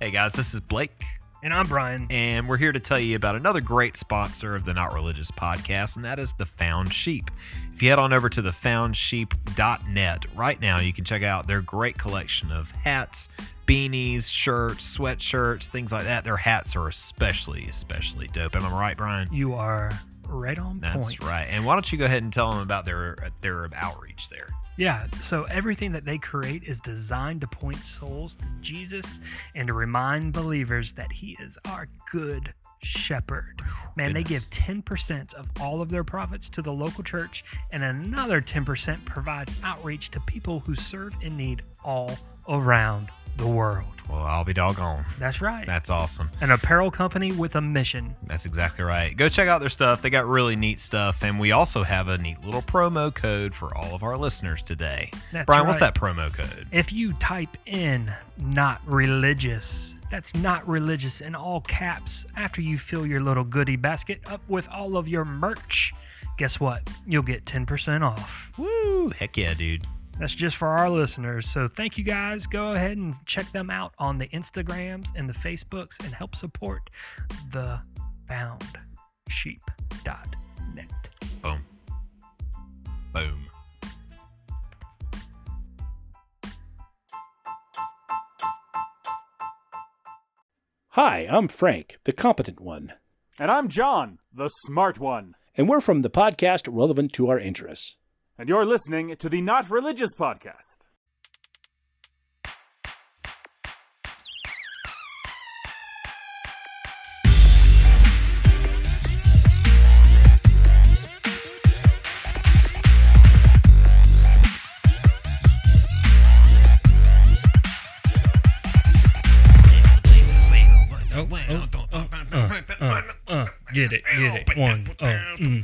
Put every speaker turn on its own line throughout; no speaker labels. Hey guys, this is Blake,
And I'm Brian.
and we're here to tell you about another great sponsor of the Not Religious podcast, and that is The Found Sheep. If you head on over to thefoundsheep.net right now, you can check out their great collection of hats, beanies, shirts, sweatshirts, things like that. Their hats are especially, especially dope. Am I right, Brian?
You are right on
That's
point.
right. And why don't you go ahead and tell them about their their outreach there?
Yeah, so everything that they create is designed to point souls to Jesus and to remind believers that he is our good shepherd. Man, they
Goodness.
give 10% of all of their profits to the local church, and another 10% provides outreach to people who serve in need all around the world.
Well, I'll be doggone.
That's right.
That's awesome.
An apparel company with a mission.
That's exactly right. Go check out their stuff. They got really neat stuff. And we also have a neat little promo code for all of our listeners today.
That's
Brian, what's
right.
that promo code?
If you type in not religious, that's not religious in all caps after you fill your little goodie basket up with all of your merch. Guess what? You'll get 10% off.
Woo! Heck yeah, dude.
That's just for our listeners. So thank you guys. Go ahead and check them out on the Instagrams and the Facebooks and help support the foundsheep.net.
Boom. Boom.
Hi, I'm Frank, the competent one,
And I'm John, the smart one.
and we're from the podcast relevant to our interests.
And you're listening to the Not Religious Podcast.
Oh,
Oh, uh, get it, get it. One, oh, mm.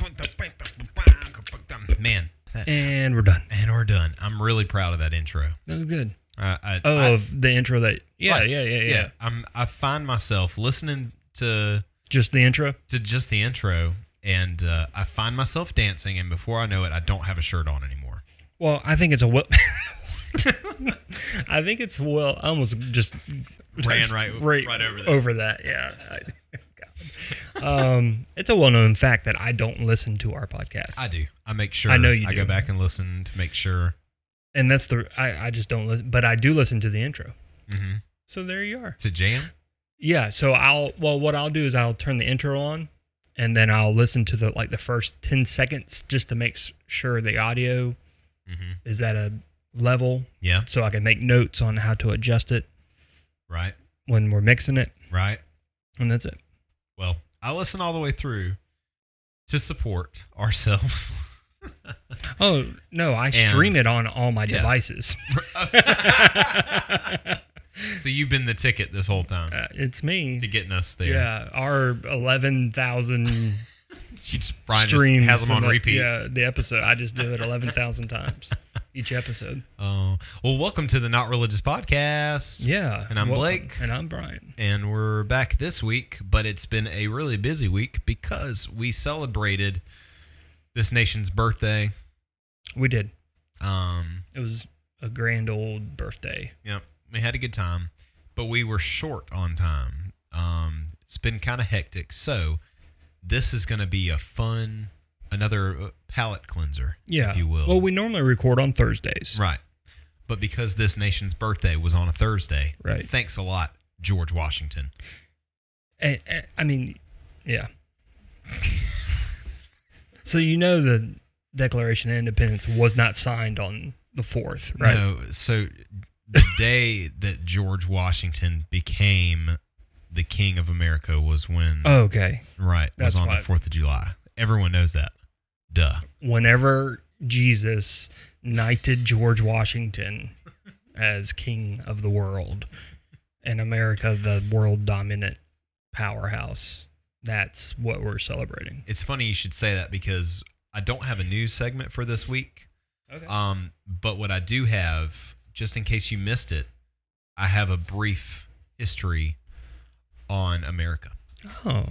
Man, that,
And we're done.
and we're done. I'm really proud of that intro.
That was good.
Uh, I,
Oh,
I-
of the intro that. Yeah, yeah, yeah, yeah.
I'm, I find myself listening to
Just the intro.
to just the intro, and uh, I find myself dancing. And before I know it, I don't have a shirt on anymore.
Well, I think it's a well. I think it's well. I almost just
Ran right- right over that.
over that. Yeah. I- God. Um, it's a well-known fact that I don't listen to our podcast,
I do. I make sure.
I know you
I go
do.
back and listen to make sure.
and that's the I, I just don't listen. But I do listen to the intro.
Mm-hmm.
So there you are.
To jam.
Yeah. So I'll well, what I'll do is I'll turn the intro on, and then I'll listen to the like the first ten seconds just to make s- sure the audio
Mm-hmm.
is at a level,
Yeah.
so I can make notes on how to adjust it
Right.
when we're mixing it.
Right.
And that's it.
Well, I listen all the way through to support ourselves.
Oh no, I stream
And-
it on all my
Yeah.
devices.
so you've been the ticket this whole time
Uh, it's
to
me.
getting us there.
Yeah, our eleven thousand
You just Brian just
streams
has them
in
on
the-
repeat.
Yeah, the episode I just do it eleven thousand times each episode.
Oh well, welcome to the Not Religious Podcast.
Yeah,
And I'm
welcome.
Blake.
and I'm Brian.
and we're back this week, but it's been a really busy week because we celebrated this nation's birthday.
We did.
Um,
It was a grand old birthday.
you know, we had a good time, but we were short on time. Um, it's been kind of hectic, so this is going to be a fun, another uh, palate cleanser,
Yeah,
if you will.
Well, we normally record on Thursdays.
right, but because this nation's birthday was on a Thursday,
Right.
Thanks a lot, George Washington.
I, I- Eh, I mean, yeah. so you know the Declaration of Independence was not signed on the fourth, right?
No, so the day that George Washington became the king of America was when
Oh, okay.
right was
that's
on the
why.
Fourth of July. Everyone knows that. Duh.
Whenever Jesus knighted George Washington as king of the world and America the world dominant powerhouse, that's what we're celebrating.
It's funny you should say that because I don't have a news segment for this week.
Okay.
Um, but what I do have, just in case you missed it, I have a brief history on America.
Oh.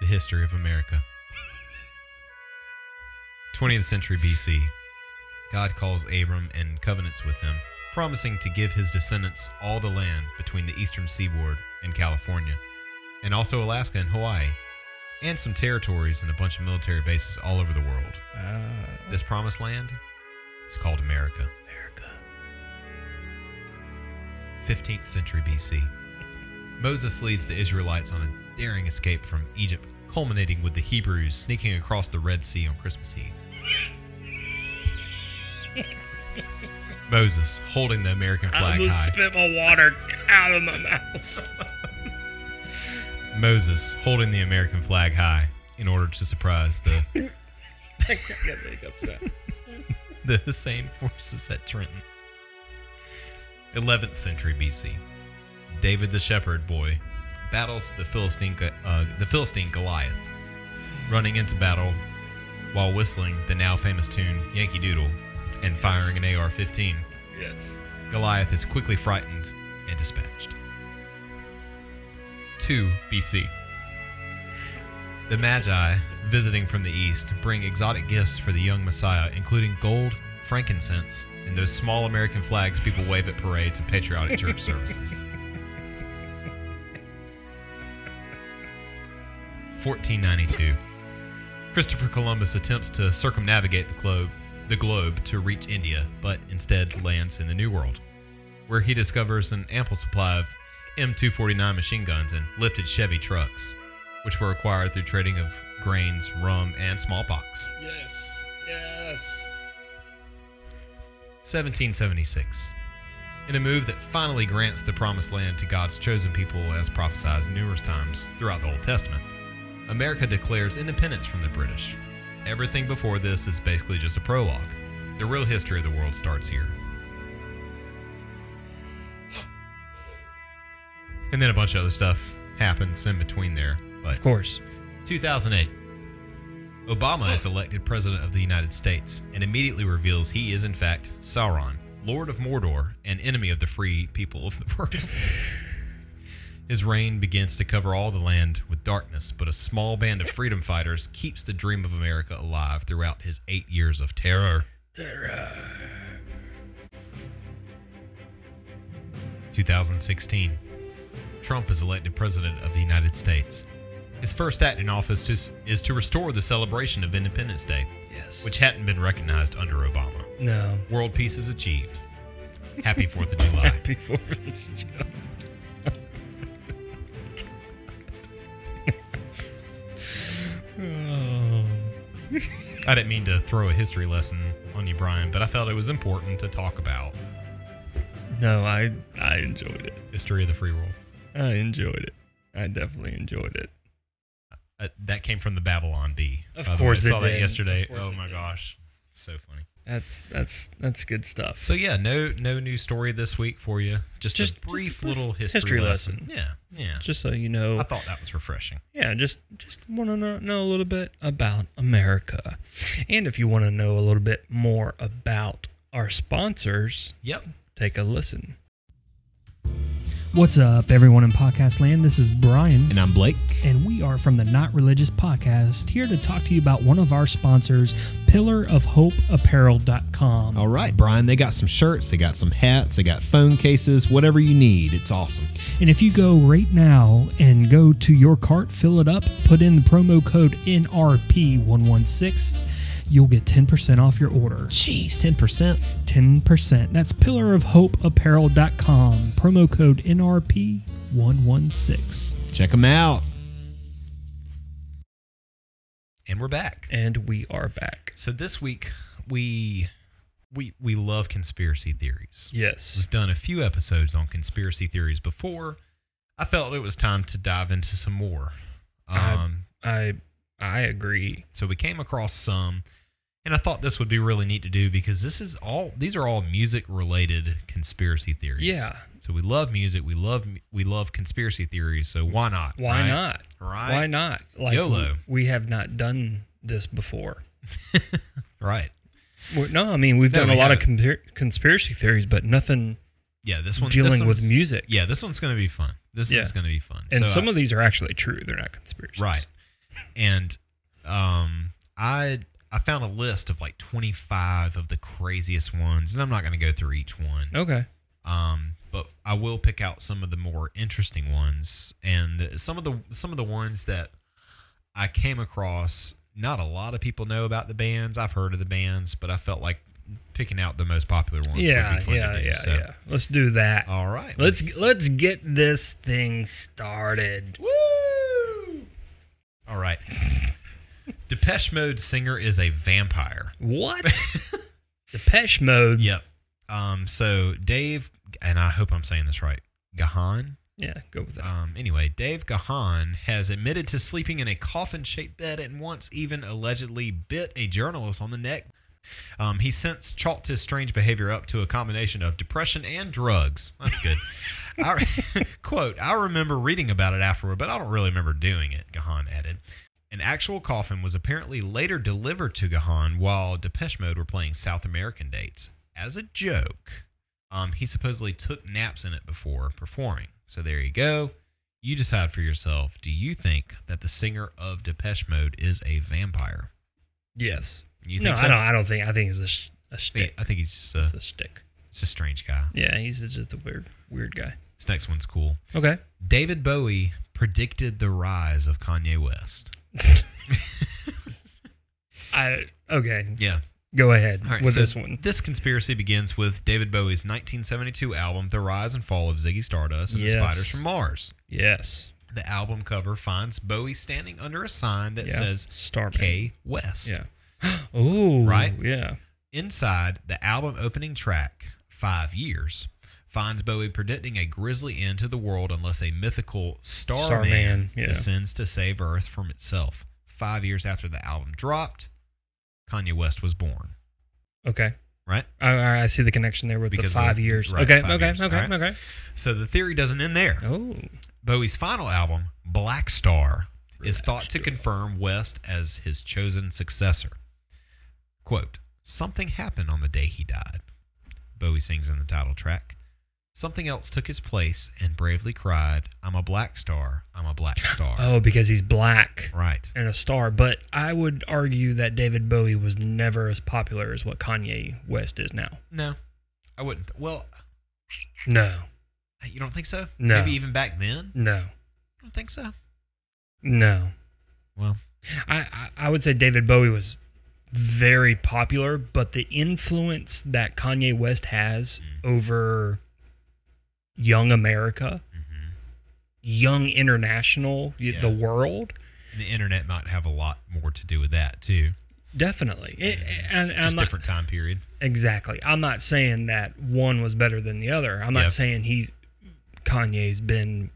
The history of America. 20th century BC, God calls Abram and covenants with him, promising to give his descendants all the land between the eastern seaboard and California, and also Alaska and Hawaii, and some territories and a bunch of military bases all over the world.
Uh,
This promised land is called America.
America.
15th century BC. Moses leads the Israelites on a daring escape from Egypt, culminating with the Hebrews sneaking across the Red Sea on Christmas Eve. Moses holding the American
I
flag
almost
high.
spit my water out of my mouth.
Moses holding the American flag high in order to surprise the
I can't get hiccups now.
the Hussein forces at Trenton. 11th century BC. David the shepherd boy battles the Philistine, uh, the Philistine Goliath, running into battle while whistling the now famous tune Yankee Doodle and firing an AR 15.
Yes.
Goliath is quickly frightened and dispatched. 2 BC. The Magi, visiting from the east, bring exotic gifts for the young Messiah, including gold, frankincense, and those small American flags people wave at parades and patriotic church services. 1492. Christopher Columbus attempts to circumnavigate the globe, the globe to reach India, but instead lands in the New World, where he discovers an ample supply of M249 machine guns and lifted Chevy trucks, which were acquired through trading of grains, rum, and smallpox.
Yes. Yes.
1776. In a move that finally grants the promised land to God's chosen people as prophesied numerous times throughout the Old Testament, America declares independence from the British. Everything before this is basically just a prologue. The real history of the world starts here. And then a bunch of other stuff happens in between there, but
Of course.
2008. Obama is elected president of the United States and immediately reveals he is, in fact, Sauron, Lord of Mordor and enemy of the free people of the world. His reign begins to cover all the land with darkness, but a small band of freedom fighters keeps the dream of America alive throughout his eight years of terror. 2016. Trump is elected president of the United States. His first act in office is, is to restore the celebration of Independence Day,
Yes.
which hadn't been recognized under Obama.
no.
World peace is achieved. Happy 4th of July.
Happy Fourth of July. Oh.
I didn't mean to throw a history lesson on you, Brian, but I felt it was important to talk about
No, I I enjoyed it.
history of the free world.
I enjoyed it. I definitely enjoyed it.
Uh, that came from the Babylon Bee.
Of
by the way.
course
I saw
it
that
did.
yesterday.
Of course
Oh
it
my
did.
gosh, so funny.
That's that's that's good stuff.
So yeah, no no new story this week for you. Just,
Just-
a
just a
brief
brief
little history,
history
lesson.
lesson.
Yeah, yeah.
just so you know,
I thought that was refreshing.
yeah, just just want to know, know a little bit about America, and if you want to know a little bit more about our sponsors,
Yep.
take a listen.
What's up, everyone in podcast land? This is Brian,
I'm Blake.
and we are from the Not Religious Podcast here to talk to you about one of our sponsors, PillarOfHopeApparel.com.
Oh.
All right, Brian, they got some shirts, they got some hats, they got phone cases, whatever you need. It's awesome.
And if you go right now and go to your cart, fill it up, put in the promo code NRP116, you'll get 10% off your order.
Jeez, 10%.
10%. That's pillarofhopeapparel.com, promo code NRP116.
Check them out. And we're back.
And we are back.
So this week we we we love conspiracy theories.
Yes,
We've done a few episodes on conspiracy theories before. I felt it was time to dive into some more.
I-
Um,
I I agree.
so we came across some and I thought this would be really neat to do because this is all these are all music related conspiracy theories.
Yeah,
So we love music, we love we love conspiracy theories, so why not?
why
right?
not?
Right.
Why not? Like
YOLO.
We, we have not done this before.
Right.
Well, no, I mean we've
No,
done
we
a lot of compar- conspiracy theries, but nothing
Yeah, this one
dealing
this
with
one's-
music.
Yeah, this one's going to be fun. This
Yeah.
one's going to be fun.
And
So uh,
some
I-
of these are actually true; they're not conspiracies.
right, and um, I I found a list of like 25 of the craziest ones, and I'm not going to go through each one.
Okay.
Um, but I will pick out some of the more interesting ones, and some of the some of the ones that I came across. Not a lot of people know about the bands. I've heard of the bands, but I felt like picking out the most popular ones. would be
yeah,
fun to
yeah,
do,
yeah,
so.
yeah. Let's do that.
All right,
Let's let's get this thing started.
Woo! All right. Depeche Mode singer is a vampire.
What? Depeche Mode.
Yep. Um. So Dave, and I hope I'm saying this right. Gahan.
Yeah, go with that.
Um. Anyway, Dave Gahan has admitted to sleeping in a coffin-shaped bed and once even allegedly bit a journalist on the neck. Um, he since chalked his strange behavior up to a combination of depression and drugs. That's good. I, re- quote, I remember reading about it afterward, but I don't really remember doing it, Gahan added. An actual coffin was apparently later delivered to Gahan while Depeche Mode were playing South American dates. As a joke, um, he supposedly took naps in it before performing. So there you go. You decide for yourself. Do you think that the singer of Depeche Mode is a vampire?
Yes.
You
no,
think
I
so? uh,
don't. I don't think. I think it's a, sh- a stick.
I think he's just
It's
a,
a stick.
just a strange guy.
Yeah, he's just a weird, weird guy.
This next one's cool.
Okay.
David Bowie predicted the rise of Kanye West.
I okay.
Yeah.
Go ahead
All right.
with
so
this one.
This conspiracy begins with David Bowie's 1972 album, The Rise and Fall of Ziggy Stardust and
Yes.
the Spiders from Mars.
Yes.
The album cover finds Bowie standing under a sign that
yeah.
says
Starman.
K West.
Yeah. Oh.
Right?
Yeah.
Inside, the album opening track, Five Years, finds Bowie predicting a grisly end to the world unless a mythical Starman
Starman, yeah.
descends to save Earth from itself. Five years after the album dropped, Kanye West was born.
Okay.
Right?
All right. I see the connection there with
Because
the five
of-
years.
right,
okay.
five
okay.
years,
Okay.
all right.
Okay.
So the theory doesn't end there.
Oh.
Bowie's final album, Black Star, is
Black
thought to
Star.
confirm West as his chosen successor. Quote, something happened on the day he died. Bowie sings in the title track. Something else took his place and bravely cried, I'm a black star, I'm a black star.
Oh, because he's black
Right.
and a star. But I would argue that David Bowie was never as popular as what Kanye West is now.
No, I wouldn't. Well,
No.
you don't think so?
No.
Maybe even back then?
No.
I don't think so.
No.
Well,
I, I- I would say David Bowie was very popular, but the influence that Kanye West has
Mm-hmm.
over young America, young international, y
Mm-hmm. Yeah.
the world,
the internet might have a lot more to do with that, too.
definitely. It- it- and, and
Mm-hmm. Just
I'm not,
different time period.
exactly. I'm not saying that one was better than the other. I'm not
Yep.
saying he's Kanye's been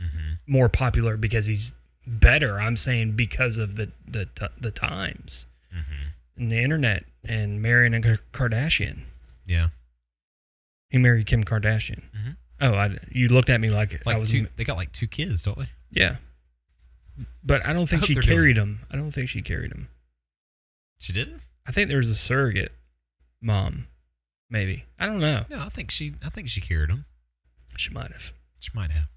Mm-hmm.
more popular because he's better. I'm saying because of the the t- the times.
Mm-hmm.
and the internet and marrying a Kar- Kardashian.
Yeah.
He married Kim Kardashian.
Mhm.
Oh, I, you looked at me like,
Like
I was.
two, they got like two kids, don't they?
Yeah. But I don't think
hope
she
they're doing-
carried him. I don't think she carried him.
She didn't.
I think there was a surrogate mom, maybe. I don't know.
No, I think she. I think she carried him.
She might have.
She might have.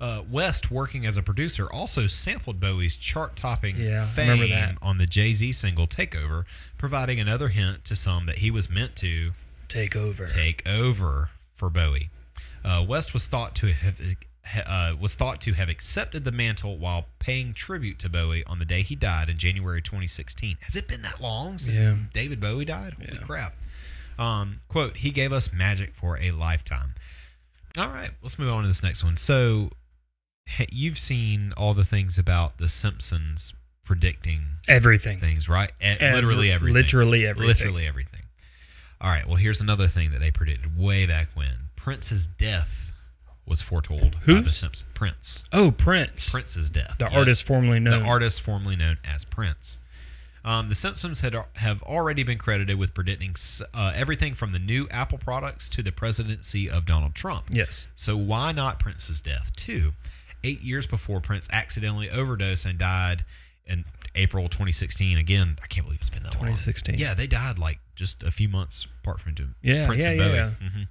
Uh, West, working as a producer, also sampled Bowie's chart-topping
Yeah, I
fame
remember that.
on the Jay Z single "Takeover," providing another hint to some that he was meant to
Take over.
take over for Bowie. Uh, West was thought to have uh, was thought to have accepted the mantle while paying tribute to Bowie on the day he died in January 2016. Has it been that long since
Yeah.
David Bowie died? Holy
Yeah.
crap! Um, quote: He gave us magic for a lifetime. All right, let's move on to this next one. So, you've seen all the things about the Simpsons predicting
Everything.
things, right? E-
Ev-
literally everything.
Literally everything.
Literally everything. All right. Well, here's another thing that they predicted way back when. Prince's death was foretold by the
Whose?
Simpsons. Prince.
Oh, Prince.
Prince's death.
The
Yeah.
artist formerly known.
The artist formerly known as Prince. Um, the Simpsons had have already been credited with predicting s- uh, everything from the new Apple products to the presidency of Donald Trump.
Yes.
So why not Prince's death too? Eight years before Prince accidentally overdosed and died in April 2016. Again, I can't believe it's been that long.
2016.
Yeah, they died like just a few months apart from him.
Yeah,
Prince
yeah,
and Bowie.
yeah.
Mhm.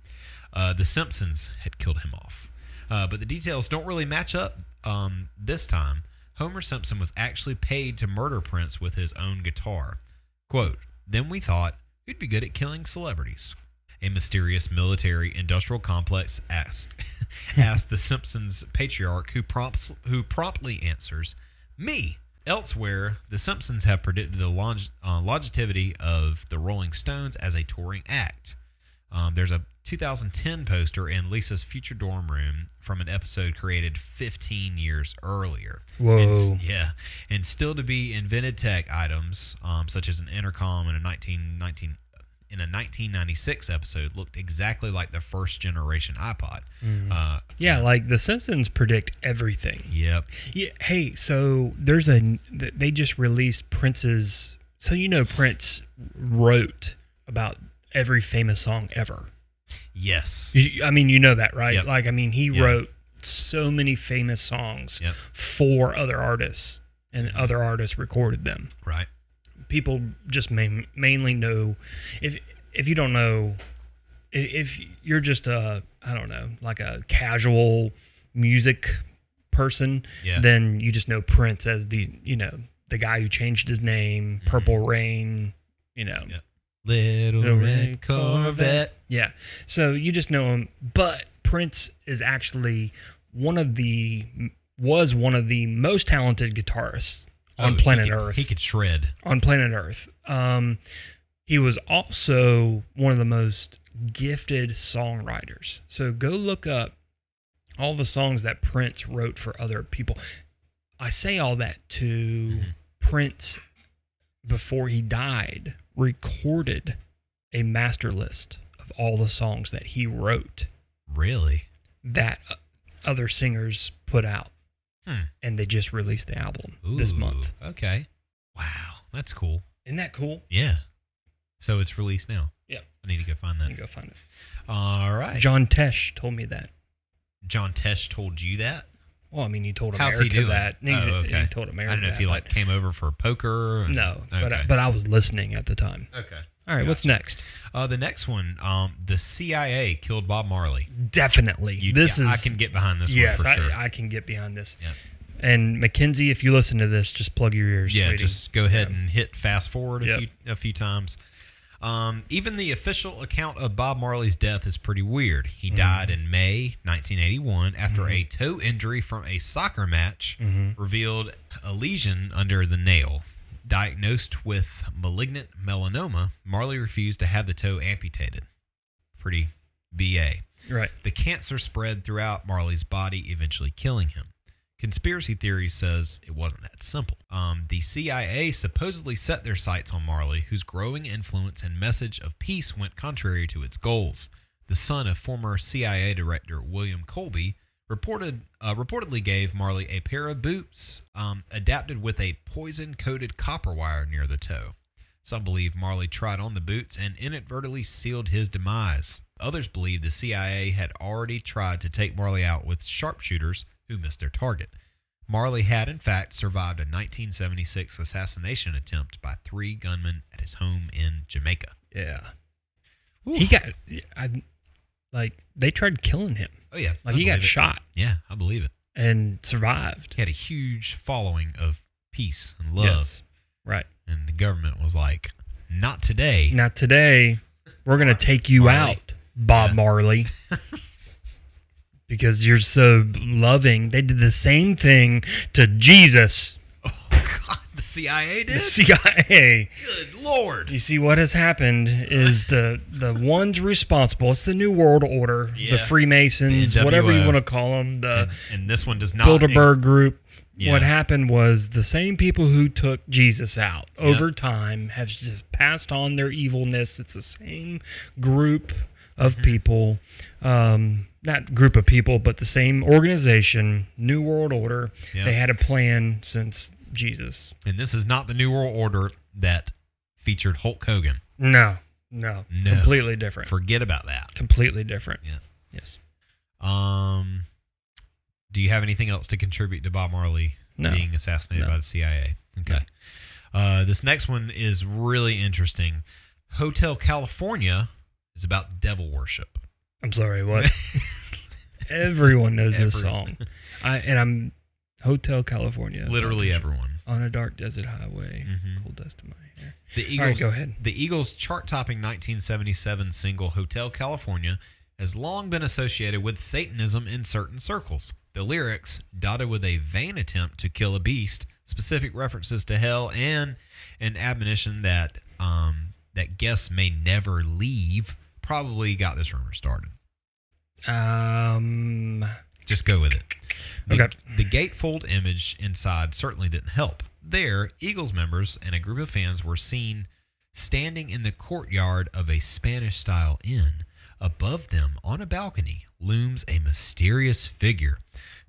Uh, the Simpsons had killed him off, uh, but the details don't really match up um, this time. Homer Simpson was actually paid to murder Prince with his own guitar. Quote, then we thought we'd be good at killing celebrities. A mysterious military industrial complex asked asked the Simpsons patriarch who prompts who promptly answers, Me. Elsewhere, the Simpsons have predicted the long, uh, longevity of the Rolling Stones as a touring act. Um, there's a 2010 poster in Lisa's future dorm room from an episode created 15 years earlier. And s-
Whoa.
yeah, and still to be invented tech items um, such as an intercom in a 1919 in a 1996 episode looked exactly like the first generation iPod.
Mm-hmm.
Uh,
Yeah, like the Simpsons predict everything.
yep.
Yeah. Hey, so there's a th- they just released Prince's. So you know Prince wrote about every famous song ever.
Yes.
You- I mean, you know that, right?
Yep.
Like, I mean, he
Yeah.
wrote so many famous songs
Yep.
for other artists, and other artists recorded them.
Right.
People just main, mainly know if if you don't know i- if you're just a I don't know like a casual music person,
Yeah.
then you just know Prince as the you know the guy who changed his name,
Mm-hmm.
Purple Rain, you know.
Yep. Little,
Little
red Corvette.
Yeah. So you just know him, but Prince is actually one of the was one of the most talented guitarists on
Oh, he
planet
could-
Earth.
He could shred.
on planet Earth. Um, he was also one of the most gifted songwriters. So go look up all the songs that Prince wrote for other people. I say all that to Prince before he died recorded a master list of all the songs that he wrote
Really?
that o- other singers put out.
Hmm.
And they just released the album this month.
Ooh, Okay. Wow. That's cool.
Isn't that cool?
Yeah. So it's released now.
Yep.
I need to go find
You
that.
go find it.
All right. John,
John Tesh told me that.
Tesh told you that.
Well, I mean, he told
How's
America
he doing?
that. He's-
oh, okay.
He told America.
I don't know if
that,
he like
but-
came over for poker. and-
No, but
Okay.
I, but I was listening at the time.
okay.
All right, what's next?
Uh, the next one, um, the CIA killed Bob Marley.
Definitely,
You,
this
yeah,
is.
I can get behind this
yes,
one for sure.
I, I can get behind this.
Yeah.
And Mackenzie, if you listen to this, just plug your ears.
yeah,
sweetie.
just go ahead and hit fast forward a
Yep.
few a few times. Um, even the official account of Bob Marley's death is pretty weird. He died in May 1981 after a toe injury from a soccer match
Mm-hmm.
revealed a lesion under the nail. Diagnosed with malignant melanoma, Marley refused to have the toe amputated. Pretty BA.
right.
The cancer spread throughout Marley's body, eventually killing him. Conspiracy theory says it wasn't that simple. Um, the CIA supposedly set their sights on Marley, whose growing influence and message of peace went contrary to its goals. The son of former CIA director William Colby reported uh, reportedly gave Marley a pair of boots um, adapted with a poison-coated copper wire near the toe. Some believe Marley tried on the boots and inadvertently sealed his demise. Others believe the CIA had already tried to take Marley out with sharpshooters who missed their target. Marley had, in fact, survived a 1976 assassination attempt by three gunmen at his home in Jamaica.
Yeah. He got. I like they tried killing him.
Oh, yeah.
Like
I
he got
believe it.
shot
Yeah, I believe it.
and survived.
He had a huge following of peace and love.
Yes. Right.
And the government was like, not today.
Now today, we're gonna take you
Marley.
out, Bob
Yeah.
Marley, because you're so loving. They did the same thing to Jesus,
Oh, God. The CIA did?
the CIA.
Good Lord.
You see, what has happened is the the ones responsible. It's the New World Order,
Yeah.
the Freemasons,
The NWO.
whatever you want to call them, the
and, and this one does not.
Bilderberg Group.
Yeah.
What happened was the same people who took Jesus out over time have just passed on their evilness. It's the same group of
Mm-hmm.
people, um, not group of people, but the same organization, New World Order.
Yeah.
They had a plan since Jesus.
And this is not the New World Order that featured Hulk Hogan.
No, no,
No.
completely different.
Forget about that.
completely different.
Yeah.
Yes.
Um, do you have anything else to contribute to Bob Marley
No.
being assassinated
No.
by the CIA? Okay. Uh, this next one is really interesting. Hotel California is about devil worship.
I'm sorry. What? Everyone knows this
Everyone.
song. I and I'm Hotel California.
Literally everyone.
On a dark desert highway,
Mhm.
cold dust in my hair.
The
All right,
Eagles,
go ahead.
The Eagles' chart-topping 1977 single "Hotel California" has long been associated with Satanism in certain circles. The lyrics, dotted with a vain attempt to kill a beast, specific references to hell, and an admonition that um, that guests may never leave, probably got this rumor started.
Um,
Just go with it. The,
Okay.
the gatefold image inside certainly didn't help. There, Eagles members and a group of fans were seen standing in the courtyard of a Spanish style inn. Above them, on a balcony, looms a mysterious figure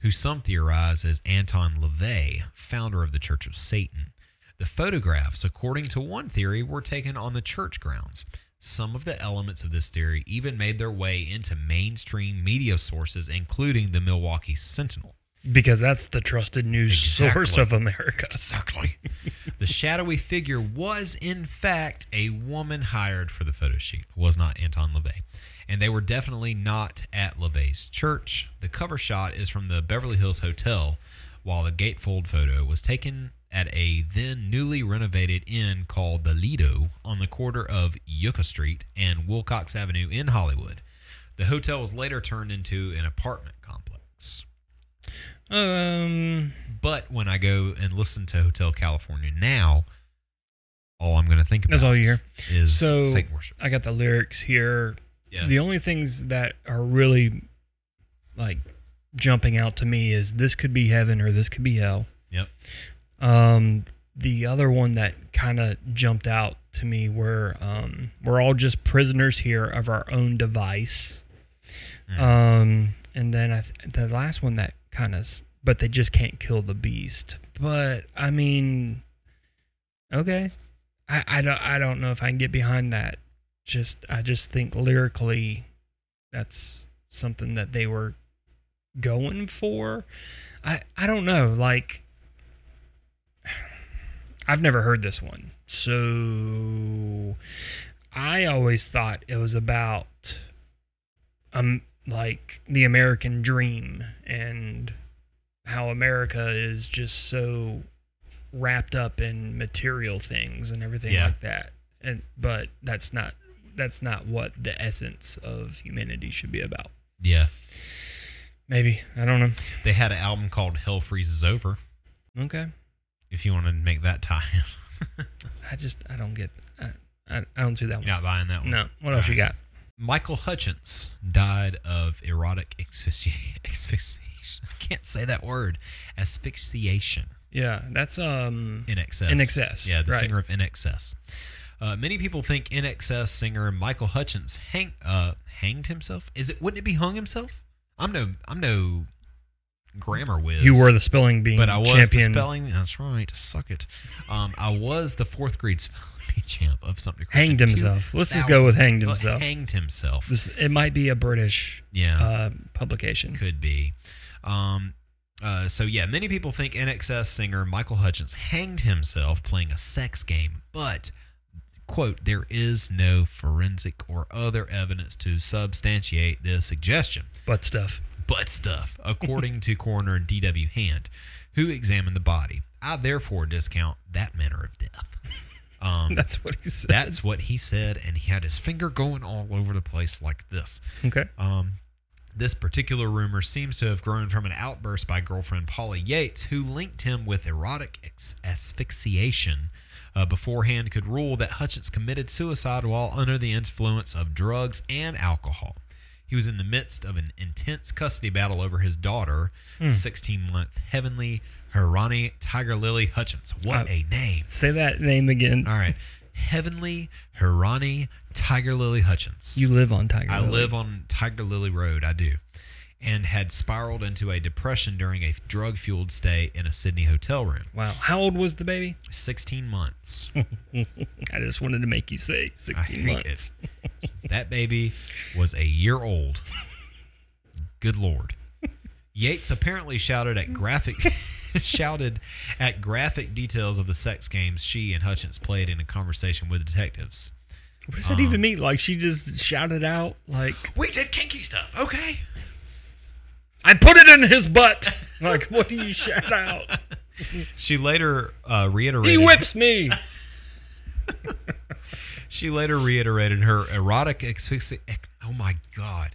who some theorize as Anton LaVey, founder of the Church of Satan. The photographs, according to one theory, were taken on the church grounds. Some of the elements of this theory even made their way into mainstream media sources, including the Milwaukee Sentinel.
because that's the trusted news source
Exactly.
of America.
Exactly. the shadowy figure was, in fact, a woman hired for the photo shoot, was not Anton LaVey. And they were definitely not at LaVey's church. The cover shot is from the Beverly Hills Hotel, while the gatefold photo was taken at a then newly renovated inn called the Lido on the corner of Yucca Street and Wilcox Avenue in Hollywood. The hotel was later turned into an apartment complex.
Um,
But when I go and listen to Hotel California now, all I'm going to think about
that's all you hear.
is
So
Satan worship.
I got the lyrics here.
Yeah.
The only things that are really like jumping out to me is this could be heaven or this could be hell.
yep.
Um, the other one that kind of jumped out to me were um, we're all just prisoners here of our own device. Um, and then I th- the last one that kind of, but they just can't kill the beast. But I mean, okay, I, I don't I don't know if I can get behind that. Just I just think lyrically, that's something that they were going for. I I don't know like. I've never heard this one. So I always thought it was about um like the American dream and how America is just so wrapped up in material things and everything
Yeah.
like that. And but that's not that's not what the essence of humanity should be about.
Yeah.
Maybe. I don't know.
They had an album called Hell Freezes Over,
Okay.
if you want to make that tie in.
I just I don't get I I, I don't see that one.
You're not buying that one.
No. What else you got?
Michael Hutchins died of erotic asphyxia- asphyxiation. I can't say that word. Asphyxiation.
Yeah, that's um
In excess.
In Excess,
Yeah, the
right.
singer of In Excess. Uh, many people think In Excess singer Michael Hutchins hang uh, hanged himself. Is it? Wouldn't it be hung himself? I'm no I'm no grammar whiz.
You were the spelling being
but I was
champion.
the spelling. That's right. Suck it. Um, I was the fourth grade spelling bee champ of something.
Hanged himself. Let's just go with hanged himself.
Hanged himself.
This, it might be a British
Yeah.
uh, publication.
Could be. Um, uh, so yeah, many people think NXS singer Michael Hutchins hanged himself playing a sex game, but quote there is no forensic or other evidence to substantiate this suggestion
Butt stuff.
butt stuff, according to coroner D.W. Hand, who examined the body. I therefore discount that manner of death. Um,
That's what he said.
that's what he said, and he had his finger going all over the place like this.
okay.
Um, this particular rumor seems to have grown from an outburst by girlfriend Polly Yates, who linked him with erotic ex- asphyxiation. Uh, beforehand, could rule that Hutchins committed suicide while under the influence of drugs and alcohol. He was in the midst of an intense custody battle over his daughter, 16 month heavenly Hirani Tiger Lily Hutchins. What
Uh,
a name!
Say that name again.
All right. Heavenly Hirani Tiger Lily Hutchins.
You live on Tiger.
I
Lily.
live on Tiger Lily Road. I do. And had spiraled into a depression during a drug fueled stay in a Sydney hotel room.
Wow. How old was the baby?
16 months.
I just wanted to make you say
I
16
hate
months.
it. That baby was a year old. Good lord. Yates apparently shouted at graphic shouted at graphic details of the sex games she and Hutchins played in a conversation with detectives.
What does that
Um,
even mean? Like she just shouted out, like
We did kinky stuff, okay?
I put it in his butt. like what do you shout out?
She later uh, reiterated.
He whips me.
She later reiterated her erotic asphyxi- ex- Oh my god,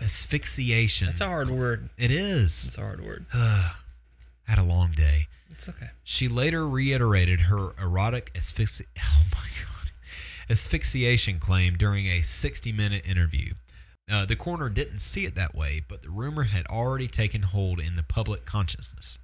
asphyxiation.
uh, That's a hard word.
It is.
That's a hard word.
I had a long day.
It's okay.
She later reiterated her erotic asphyxi- oh my God. asphyxiation claim during a 60 minute interview. Uh, the coroner didn't see it that way, but the rumor had already taken hold in the public consciousness.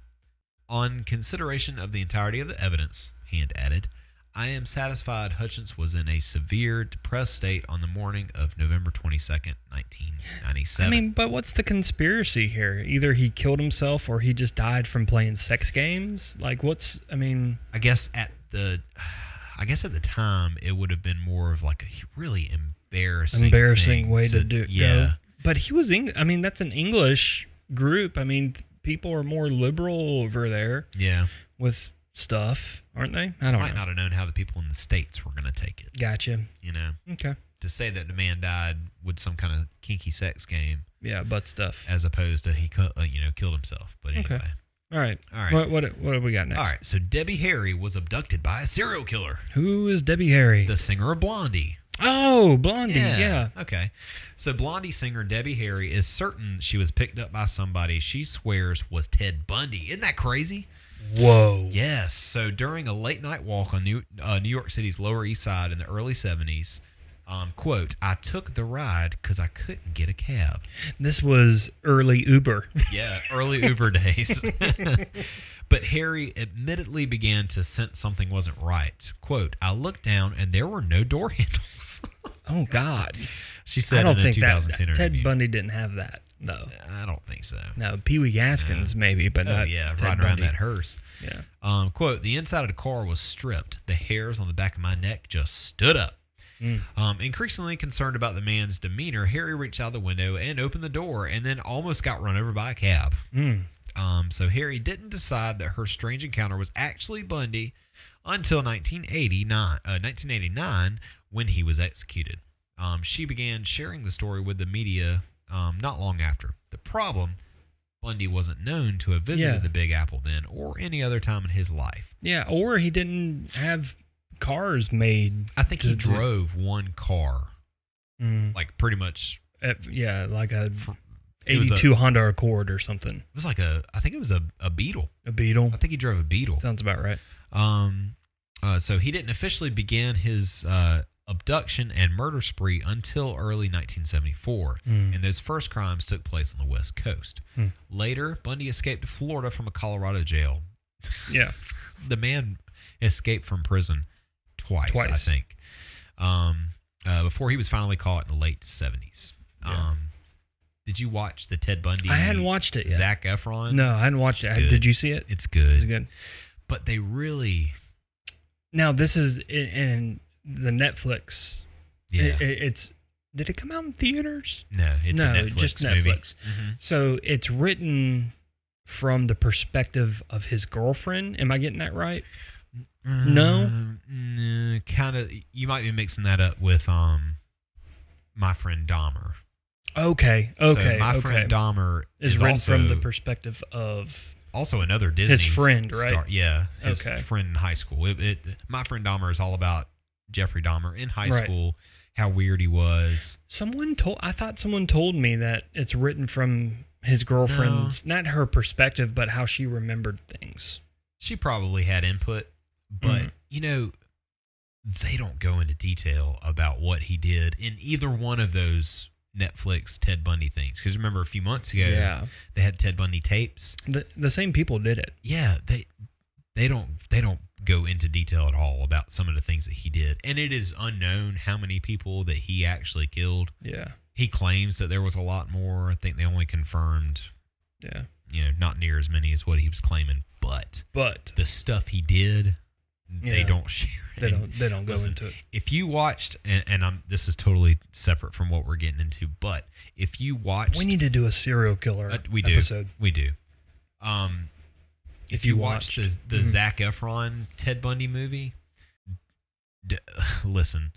On consideration of the entirety of the evidence, Hand added, I am satisfied Hutchins was in a severe depressed state on the morning of November 22nd, 1997.
I mean, but what's the conspiracy here? Either he killed himself or he just died from playing sex games. Like, what's? I mean,
I guess at the, I guess at the time it would have been more of like a really embarrassing,
embarrassing
thing
way to, do.
Yeah,
Go. But he was. Eng- I mean, that's an English group. I mean, th- people are more liberal over there
yeah.
with stuff, aren't they? I don't
Might
know.
not have known how the people in the states were going to take it.
Gotcha.
You know,
Okay.
to say that the man died with some kind of kinky sex game,
Yeah, butt stuff.
as opposed to he, cu- uh, you know, killed himself. But anyway,
Okay. All right.
All right.
What what what do we got next?
all right. So Debbie Harry was abducted by a serial killer,
Who is Debbie Harry?
the singer of Blondie.
oh, Blondie. Yeah.
Okay. So Blondie singer Debbie Harry is certain she was picked up by somebody she swears was Ted Bundy. Isn't that crazy?
Whoa.
Yes. So during a late night walk on New uh, New York City's Lower East Side in the early 70s, um, quote, I took the ride because I couldn't get a cab.
This was early Uber.
Yeah, early Uber days. but Harry admittedly began to sense something wasn't right. Quote, I looked down and there were no door handles.
oh God.
she
I
said
don't
in a
think that
2010
Ted
interview.
Bundy didn't have that though.
I don't think so.
No, Pee Wee Gaskins maybe, but
Oh
not
yeah,
Ted
riding around
Bundy.
that hearse.
Yeah.
Um, quote: The inside of the car was stripped. The hairs on the back of my neck just stood up.
Mm.
Um, increasingly concerned about the man's demeanor, Harry reached out the window and opened the door, and then almost got run over by a cab.
Mm.
Um, so Harry didn't decide that her strange encounter was actually Bundy until 1989, uh, 1989 when he was executed. Um, she began sharing the story with the media um, not long after. The problem, Bundy wasn't known to have visited
Yeah.
the Big Apple then or any other time in his life.
Yeah, or he didn't have cars made.
I think he
Did you-
drove one car,
Mm.
like pretty much.
At- yeah, like a
It was a-
eighty-two Honda Accord or something.
It was like a, I think it was a, a Beetle.
A Beetle.
I think he drove a Beetle.
Sounds about right.
Um, uh, so he didn't officially begin his uh, abduction and murder spree until early 1974,
Mm.
and those first crimes took place on the West Coast.
Hmm.
Later, Bundy escaped to Florida from a Colorado jail.
Yeah.
The man escaped from prison twice, I
Twice.
think, um, uh, before he was finally caught in the late 70s. Um, did you watch the Ted Bundy?
I hadn't watched it yet.
Zach Efron.
No, I hadn't watched
It's
it.
good.
Did you see it?
it's
Is
good,
it good?
but they really,
Now this is in, in the Netflix.
yeah,
It, it- it's did it come out in theaters?
no, it's
no,
a Netflix
just
movie.
Netflix.
Mhm.
So it's written from the perspective of his girlfriend. Am I getting that right?
Mm-hmm.
No?
kind of. Uh, mm, You might be mixing that up with um, my friend Dahmer.
Okay, okay,
so my
okay.
friend Dahmer
is,
is,
written
also,
from the perspective of
also another Disney
friend, right?
star- Yeah, his
Okay.
friend in high school. It, it, my friend Dahmer is all about Jeffrey Dahmer in high
Right.
school, how weird he was.
someone told. I thought someone told me that it's written from his girlfriend's, not her perspective, but how she remembered things.
She probably had input, but
Mhm.
you know, they don't go into detail about what he did in either one of those Netflix Ted Bundy things. Because remember, a few months ago, they had Ted Bundy tapes.
the the same people did it.
Yeah, they they don't they don't go into detail at all about some of the things that he did, and it is unknown how many people that he actually killed.
Yeah,
He claims that there was a lot more. I think they only confirmed,
yeah.
you know, not near as many as what he was claiming, but
But
the stuff he did, they
Yeah.
don't share.
they
And
don't they don't go
listen,
into it.
If you watched, and, and I'm this is totally separate from what we're getting into, but if you watched,
We need to do a serial killer
Uh, we do.
episode.
We do. Um, if,
If
you
you
watch the
watched-
the
Mhm.
Zac Efron Ted Bundy movie, d- listen,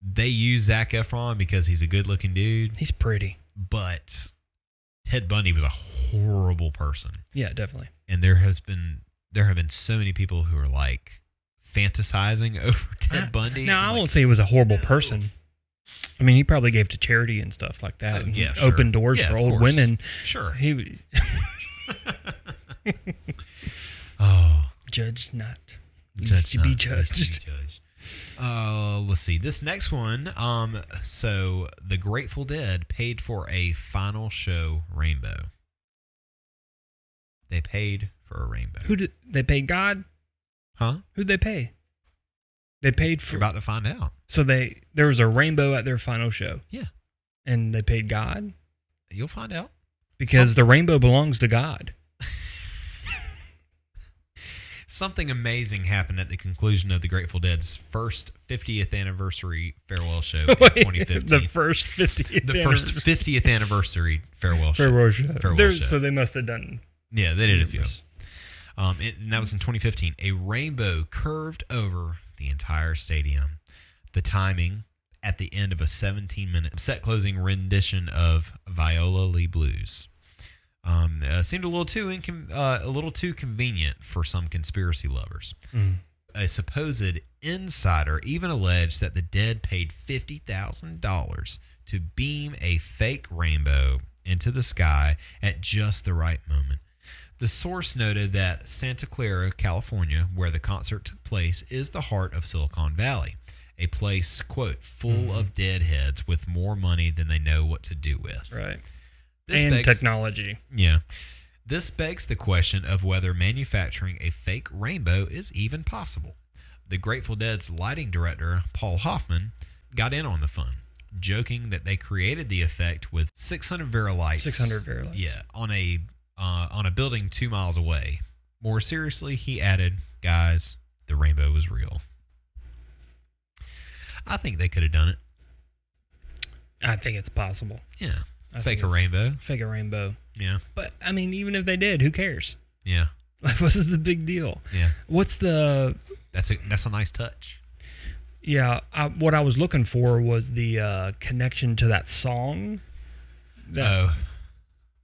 they use Zac Efron because he's a good looking dude,
He's pretty.
but Ted Bundy was a horrible person,
Yeah, definitely.
and there has been there have been so many people who are like fantasizing over Ted Bundy.
Now,
and,
Uh, I
like,
won't say he was a horrible person. I mean, he probably gave to charity and stuff like that.
Oh,
and
yeah, sure.
opened doors
Yeah,
for
of
old
course.
women.
Sure.
He
Oh,
judge not.
judge
Judge to be
not, judge to be
judged.
judged. Uh, let's see. This next one. Um, so the Grateful Dead paid for a final show rainbow. They paid for a rainbow.
Who did they pay? God?
huh?
Who'd they pay? They paid for.
You're about to find out.
so they there was a rainbow at their final show,
Yeah,
and they paid God
you'll find out.
because the rainbow belongs to God.
Something amazing happened at the conclusion of the Grateful Dead's first 50th anniversary farewell show in 2015.
the first fifty.
The first 50th anniversary farewell show.
farewell show.
Farewell
There-
show.
So they must have done.
Yeah, they did a few. of them. Um, it, and that was in 2015. A rainbow curved over the entire stadium. The timing at the end of a 17-minute set-closing rendition of "Viola Lee Blues" um, uh, seemed a little too incon uh, a little too convenient for some conspiracy lovers. A supposed insider even alleged that the dead paid fifty thousand dollars to beam a fake rainbow into the sky at just the right moment. The source noted that Santa Clara, California, where the concert took place, is the heart of Silicon Valley, a place, quote, full
Mm-hmm.
of deadheads with more money than they know what to do with.
Right.
This
and
begs-
technology.
yeah. This begs the question of whether manufacturing a fake rainbow is even possible. The Grateful Dead's lighting director, Paul Hoffman, got in on the fun, joking that they created the effect with 600 Verilights.
600 Verilights.
Yeah, on a uh, on a building 2 miles away. More seriously, he added, "Guys, the rainbow was real." I think they could have done it.
I think it's possible.
Yeah.
I
Fake
think
a
it's-
rainbow.
Fake a rainbow.
Yeah.
But I mean, even if they did, who cares?
Yeah.
Like, what's the big deal?
Yeah.
What's the
That's a that's a nice touch.
yeah? I, what I was looking for was the uh, connection to that song that
Oh,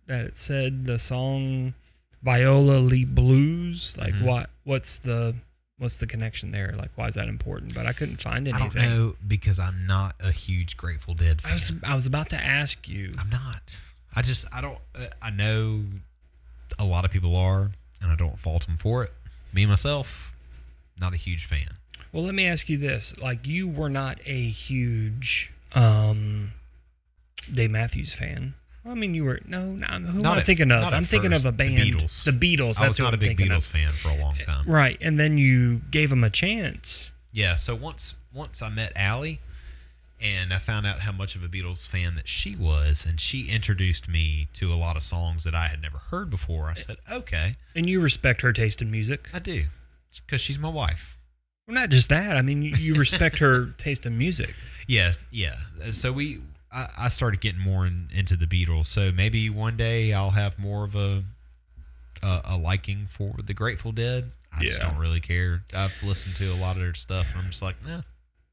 that it said the song Viola Lee Blues. Like,
Mm-hmm.
what what's the what's the connection there? Like, why is that important? But I couldn't find
I
anything.
don't know because I'm not a huge Grateful Dead fan.
I was I was about to ask you.
I'm not. I just I don't. Uh, I know a lot of people are, and I don't fault them for it. Me myself, not a huge fan.
Well, let me ask you this: like, you were not a huge um, Dave Matthews fan. Well, I mean, you were no. no I'm- who
Not
am I
at-
thinking of?
not at
I'm thinking
first.
of a
The
band,
Beatles.
The Beatles. That's
I was
who
not a
I'm
big
thinking
Beatles
of. Eh,
fan for a long time.
Right, and then you gave him a chance.
Yeah. So once once I met Allie, and I found out how much of a Beatles fan that she was, and she introduced me to a lot of songs that I had never heard before.
Eh.
I said, okay,
And you respect her taste in music.
I do, because she's my wife.
Well, not just that. I mean, you, you respect her taste in music.
Yeah, yeah. Uh, So we, I, I started getting more in, into the Beatles. So maybe one day I'll have more of a a, a liking for the Grateful Dead. I just
Yeah.
don't really care. I've listened to a lot of their stuff, and I'm just like, nah,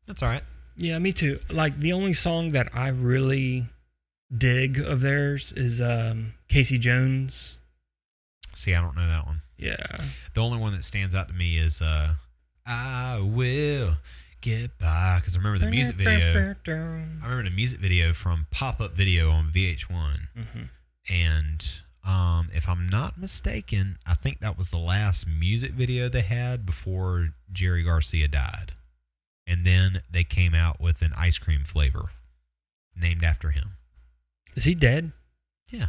that's all right.
Yeah, me too. Like the only song that I really dig of theirs is um, Casey Jones.
See, I don't know that one.
Yeah.
The only one that stands out to me is uh, "I Will Get By" because I remember the music video. I remember the music video from Pop Up Video on VH1.
Mhm.
and um, if I'm not mistaken, I think that was the last music video they had before Jerry Garcia died. And then they came out with an ice cream flavor named after him.
Is he dead?
Yeah,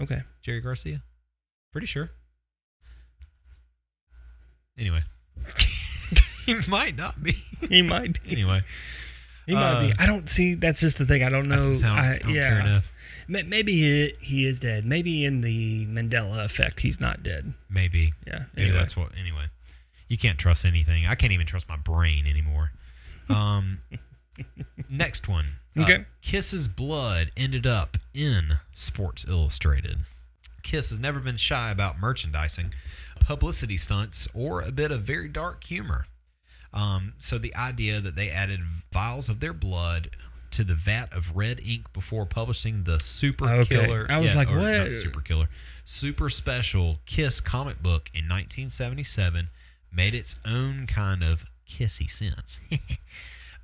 Okay.
Jerry Garcia. Pretty sure. Anyway, he might not be.
He might be.
anyway,
He might
Uh,
be. I don't see. That's just the thing. I don't know.
that's just how I don't, I don't care enough.
Ma- Maybe he, he is dead. Maybe in the Mandela effect, he's not dead.
Maybe.
Yeah.
Maybe that's what. Anyway, you can't trust anything. I can't even trust my brain anymore. Um, next one.
Okay.
Kiss's blood ended up in Sports Illustrated. Kiss has never been shy about merchandising, publicity stunts, or a bit of very dark humor. Um, so the idea that they added vials of their blood to the vat of red ink before publishing the Super
Okay.
Killer.
I was like,
or
what?
not Super Killer, Super Special Kiss comic book in 1977 made its own kind of kissy sense.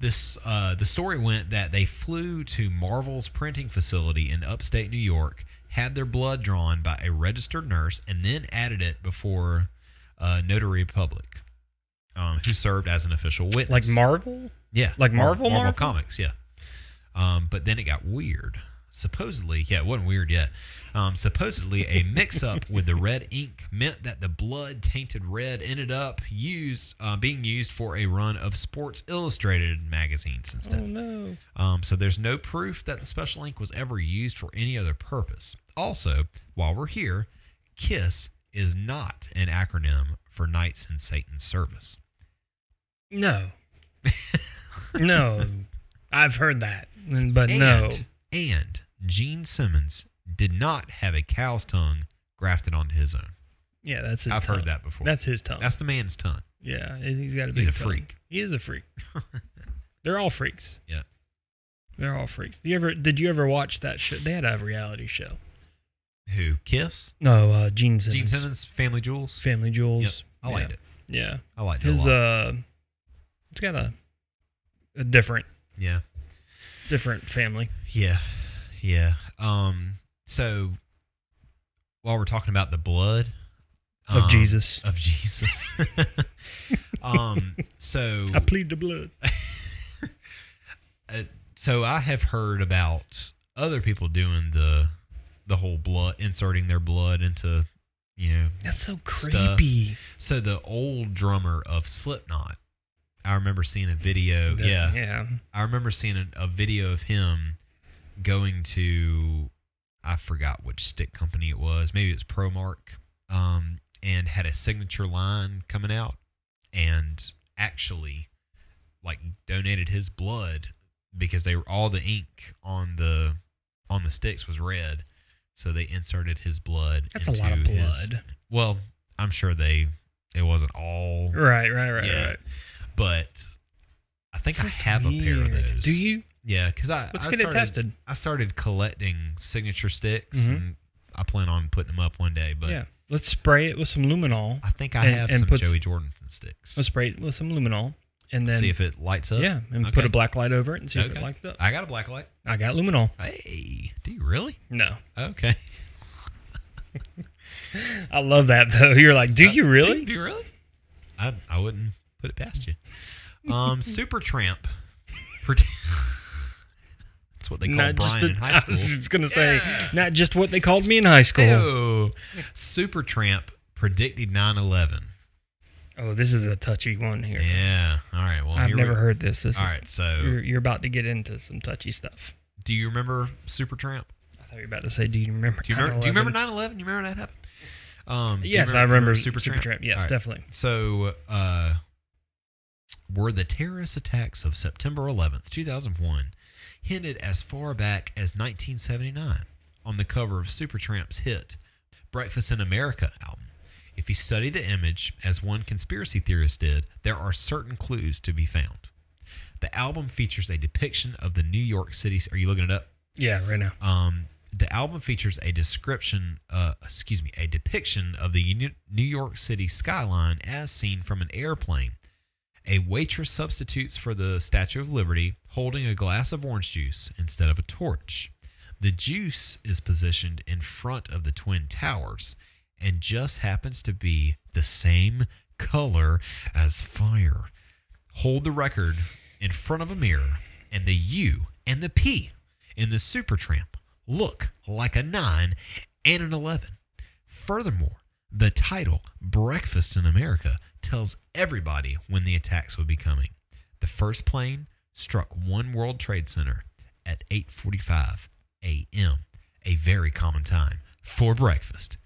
this uh, the story went that they flew to Marvel's printing facility in upstate New York, had their blood drawn by a registered nurse, and then added it before uh, notary public, um, who served as an official witness.
Like Marvel?
Yeah.
Like
Mar-
Marvel
Marvel,
Marvel?
Comics, yeah. Um, but then it got weird. Supposedly, yeah, it wasn't weird yet. Um, supposedly, a mix up with the red ink meant that the blood tainted red ended up used uh, being used for a run of Sports Illustrated magazines instead.
Oh, no.
Um, so there's no proof that the special ink was ever used for any other purpose. Also, while we're here, KISS is not an acronym for Knights in Satan's Service.
No. no. I've heard that, but
and,
no.
And Gene Simmons did not have a cow's tongue grafted onto his own.
Yeah, that's his
I've heard
tongue.
that before.
That's his tongue.
That's the man's tongue.
yeah, he's got a big
He's a
tongue.
freak.
He is a freak. They're all freaks.
Yeah.
They're all freaks. Do you ever did you ever watch that show? They had a reality show.
Who? Kiss?
No, uh Gene Simmons.
Gene Simmons, Family Jewels.
Family
Yep.
Jewels.
I liked it.
Yeah.
I liked it.
His
a lot.
uh it's got a a different
yeah.
different family.
Yeah. Yeah. Um, so while we're talking about the blood
Of
um,
Jesus.
Of Jesus. um, so
I plead the blood.
uh, so I have heard about other people doing the the whole blood inserting their blood into you know
That's so
Stuff.
creepy.
so the old drummer of Slipknot I remember seeing a video
The-
Oh, yeah
Yeah.
I remember seeing a, a video of him going to I forgot which stick company it was maybe it was Promark um and had a signature line coming out and actually like donated his blood because they were all the ink on the on the sticks was red so they inserted his blood
That's a lot of
into his-
blood.
well i'm sure they it wasn't all
Right, right, right,
Yeah.
right.
but i think
This is
i have a pair of
weird.
those
Do you?
yeah because i
Let's
I
get it
started-
tested.
i started collecting signature sticks
Mhm.
and i plan on putting them up one day but
yeah. Let's spray it with some luminol.
i think i
And-
have
and
some
put s-
joey jordan sticks
Let's spray it with some luminol and then
see if it lights up
yeah, and put
Okay.
a black light over it and see if
Okay.
it lights up.
i got a black light
I got luminol.
Hey, do you really?
No,
Okay.
I love that though. You're like, do you really?
Uh, Do you really? I, I wouldn't put it past you. Um, Super Tramp. That's what they call Brian
the-
in high
I was
school.
just gonna say, not just what they called me in high school.
Oh, Super Tramp predicted 9/11.
Oh, this is a touchy one here.
Yeah. All right. Well,
I've
here
never
we,
heard this. This
All
is,
right. So,
you're, you're about to get into some touchy stuff.
do you remember Super Tramp?
I thought you were about to say, do you remember?
Do you remember? Do you
9/11?
remember 9/11? You remember that happened? Um, do you
Yes, I remember,
Supertramp?
Supertramp. Yes,
All right.
definitely.
So, uh, were the terrorist attacks of September 11th, 2001, hinted as far back as 1979 on the cover of Supertramp's hit Breakfast in America album? If you study the image, as one conspiracy theorist did, there are certain clues to be found. The album features a depiction of the New York City. Are you looking it up?
Yeah, right now.
Um, the album features a description, uh, excuse me, a depiction of the Uni- New York City skyline as seen from an airplane. A waitress substitutes for the Statue of Liberty, holding a glass of orange juice instead of a torch. The juice is positioned in front of the Twin Towers and just happens to be the same color as fire. Hold the record in front of a mirror, and the U and the P in the Supertramp look like a 9 and an 11. Furthermore, the title, Breakfast in America, tells everybody when the attacks would be coming. The first plane struck One World Trade Center at 8:45 a.m., a very common time for breakfast.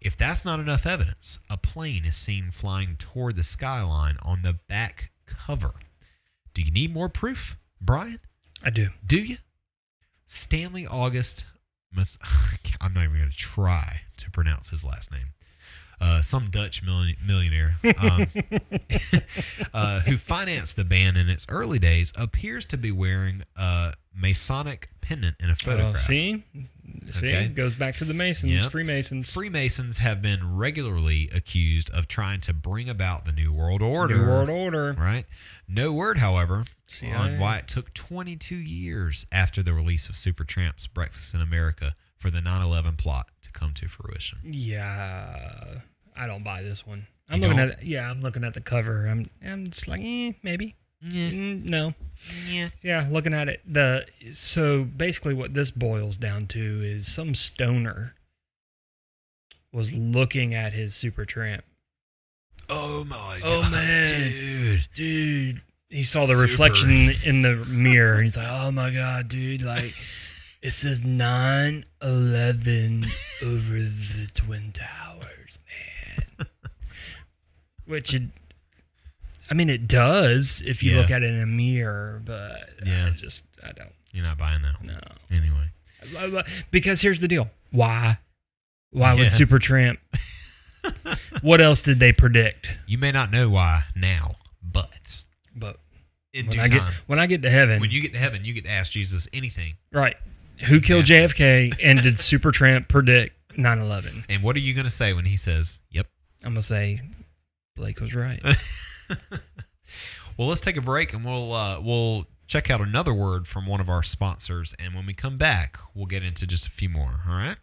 If that's not enough evidence, a plane is seen flying toward the skyline on the back cover. Do you need more proof, Brian?
I do.
Do you? Stanley August. Mas- I'm not even going to try to pronounce his last name. uh, some Dutch million, millionaire um, uh, who financed the band in its early days appears to be wearing a Masonic pendant in a
Well,
photograph.
Oh, uh, see, see,
Okay.
it goes back to the Masons,
Yep.
Freemasons.
Freemasons have been regularly accused of trying to bring about the New World Order.
New World Order.
Right? No word, however, on
CIA.
why it took 22 years after the release of Supertramp's Breakfast in America for the 9 11 plot to come to fruition.
Yeah, I don't buy this one. I'm
You
looking
don't?
at yeah, I'm looking at the cover. I'm I'm just like eh, maybe. Mm, no.
Yeah.
Yeah, looking at it, the so basically what this boils down to is some stoner was looking at his super tramp.
Oh my
Oh,
god,
man.
dude.
Dude, he saw the
Super.
reflection in the mirror. and He's like, "Oh my god, dude, like it says 911 over the twin towers, man." Which it I mean it does if you
Yeah.
look at it in a mirror, but I
Yeah.
just I don't
You're not buying that one.
know.
Anyway.
Because here's the deal. Why? Why would
Yeah.
Supertramp? what else did they predict?
You may not know why now, but
But
in
when
due
I get
time,
when I get to heaven,
when you get to heaven, you get to ask Jesus anything.
right? Who killed
Yeah.
JFK and did Supertramp predict 9/11?
And what are you going to say when he says, yep?
I'm gonna say Blake was right.
Well, let's take a break and we'll uh, we'll check out another word from one of our sponsors. And when we come back, we'll get into just a few more. All right.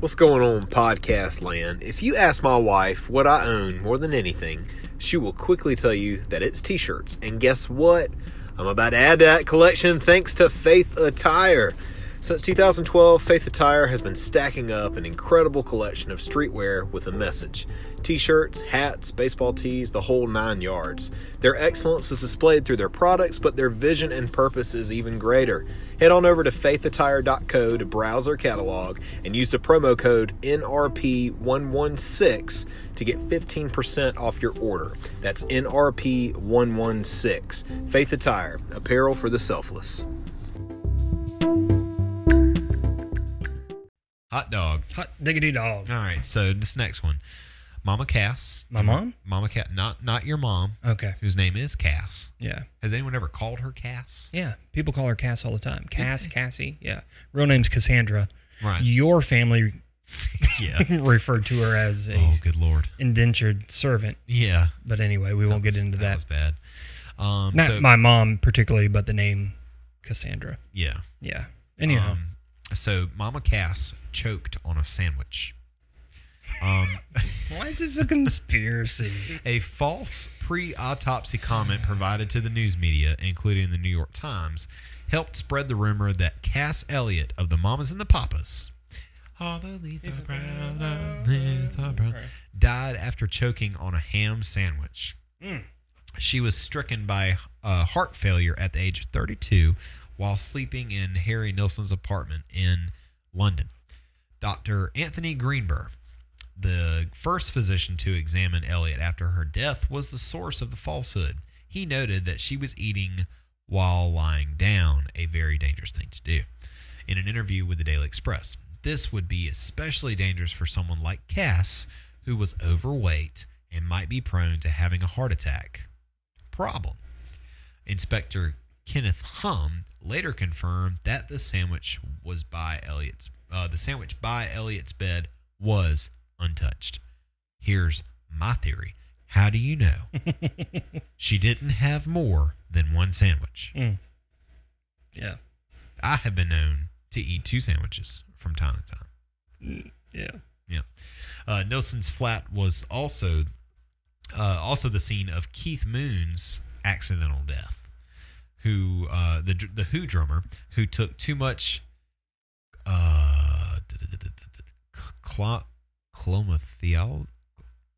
What's going on, podcast land? If you ask my wife what I own more than anything, she will quickly tell you that it's t shirts. And guess what? I'm about to add to that collection thanks to Faith Attire. Since 2012, Faith Attire has been stacking up an incredible collection of streetwear with a message t shirts, hats, baseball tees, the whole nine yards. Their excellence is displayed through their products, but their vision and purpose is even greater. Head on over to faithattire.co to browse their catalog and use the promo code NRP116 to get 15% off your order. That's NRP116. Faith Attire, apparel for the selfless.
Hot dog.
Hot diggity dog.
All right. So this next one, Mama Cass.
My mom?
Mama Cat. Not not your mom,
Okay.
whose name is Cass.
Yeah.
Has anyone ever called her Cass?
Yeah. People call her Cass all the time. Cass, Cassie. Yeah. Real name's Cassandra.
Right.
Your family
yeah.
referred to her as a
oh, good lord.
indentured servant.
Yeah.
But anyway, we won't get into that.
was bad. Um,
Not
so-
my mom particularly, but the name Cassandra.
Yeah.
Yeah. Anyhow,
Um, so Mama Cass choked on a sandwich. Um,
why is this a conspiracy?
A false pre autopsy comment provided to the news media, including the New York Times, helped spread the rumor that Cass Elliot of the Mamas and the Papas all the leaves are brown, all the leaves are brown, died after choking on a ham sandwich. She was stricken by uh, heart failure at the age of 32 while sleeping in Harry Nilsson's apartment in London. Dr. Anthony Greenberg, the first physician to examine Elliot after her death was the source of the falsehood. He noted that she was eating while lying down, a very dangerous thing to do. In an interview with the Daily Express, this would be especially dangerous for someone like Cass, who was overweight and might be prone to having a heart attack. Problem. Inspector Kenneth Hum later confirmed that the sandwich was by Elliot's uh, the sandwich by Elliot's bed was untouched. Here's my theory. How do you know? she didn't have more than one sandwich.
Yeah.
I have been known to eat two sandwiches from time to time.
Yeah.
Yeah. Uh, Nilsson's flat was also uh, also the scene of Keith Moon's accidental death, who uh, the dr- the Who drummer who took too much uh, cl- clomethiol.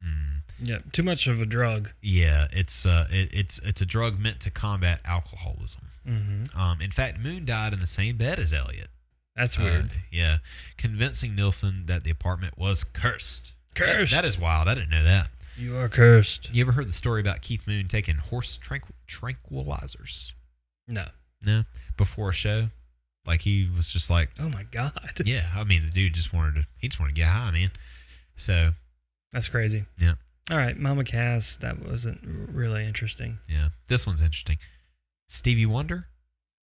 Mm.
Yeah. Too much of a drug.
Yeah, it's uh, it, it's it's a drug meant to combat alcoholism.
Mm-hmm.
Um, in fact, Moon died in the same bed as Elliot.
That's
Uh,
weird.
yeah, convincing Nilsson that the apartment was cursed. That-
Cursed.
that is wild. I didn't know that.
you are cursed.
You ever heard the story about Keith Moon taking horse tranquil- tranquilizers?
No.
No, before a show. Like he was just like,
Oh my god,
yeah. I mean, the dude just wanted to. He just wanted to get high, man. So
that's crazy.
Yeah.
All right, Mama Cass. That wasn't really interesting.
yeah, this one's interesting. Stevie Wonder,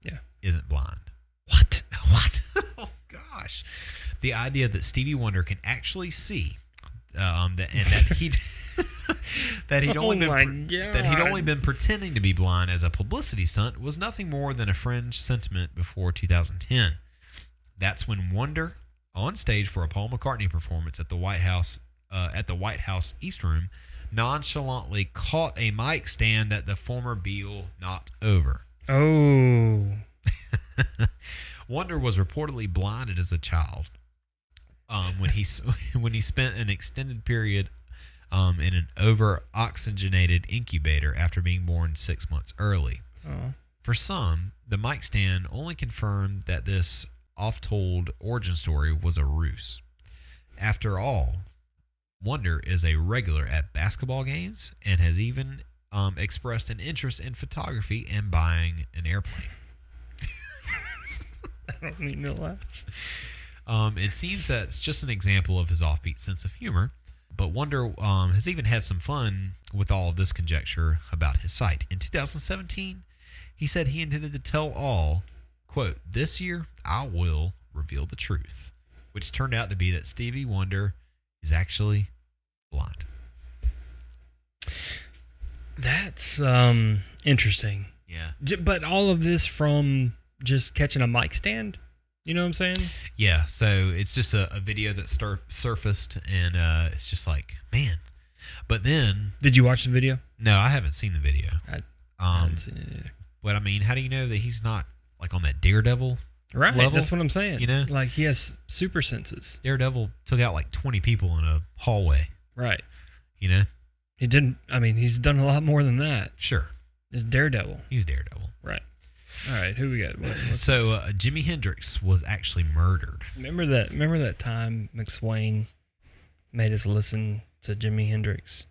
Yeah.
isn't blind. What? What? oh gosh, the idea that Stevie Wonder can actually see, um, that, and that he that he'd
Oh
only been
my
that he'd
God.
only been pretending to be blind as a publicity stunt was nothing more than a fringe sentiment before 2010. That's when Wonder, on stage for a Paul McCartney performance at the White House, uh, at the White House East Room, nonchalantly caught a mic stand that the former Beatle knocked over.
Oh,
Wonder was reportedly blinded as a child. Um, when he s- when he spent an extended period um, in an over oxygenated incubator after being born six months early.
oh,
For some, the mic stand only confirmed that this oft-told origin story was a ruse. After all, Wonder is a regular at basketball games and has even um, expressed an interest in photography and buying an airplane.
I don't need to laugh.
Um, it seems that it's just an example of his offbeat sense of humor, but Wonder um, has even had some fun with all of this conjecture about his sight. In 2017, he said he intended to tell all, quote, this year I will reveal the truth, which turned out to be that Stevie Wonder is actually blind.
That's um interesting.
Yeah.
J- but all of this from just catching a mic stand. You know what I'm saying?
Yeah, so it's just a, a video that star- surfaced, and uh, it's just like, man. But then,
Did you watch the video?
no, I haven't seen the video.
I- I
um,
haven't seen it either.
But I mean, how do you know that he's not like on that Daredevil?
Right.
level,
that's what I'm saying.
you know?
like he has super senses.
Daredevil took out like 20 people in a hallway,
Right.
you know?
He didn't. I mean, he's done a lot more than that.
Sure,
It's Daredevil.
he's Daredevil.
Right. All right. Who we got? What- what's-
So uh, Jimi Hendrix was actually murdered.
remember that. Remember that time McSwain made us listen to Jimi Hendrix.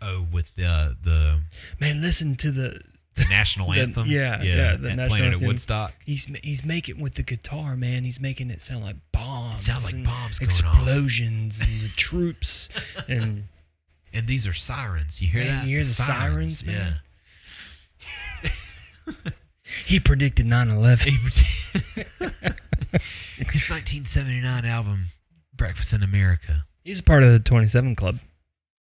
Oh, with the the,
Man, listen to the.
the national
uh, The-
anthem.
yeah, yeah, the
that
national
played at
anthem.
Woodstock.
He's ma- he's making with the guitar, man. He's making it sound like bombs.
Sound like
and
bombs going off.
explosions and the troops and
And these are sirens. You hear
Man,
that?
you hear the sirens, man. he predicted 9/11.
Yeah. His 1979 album, Breakfast in America.
He's a part of the 27 Club.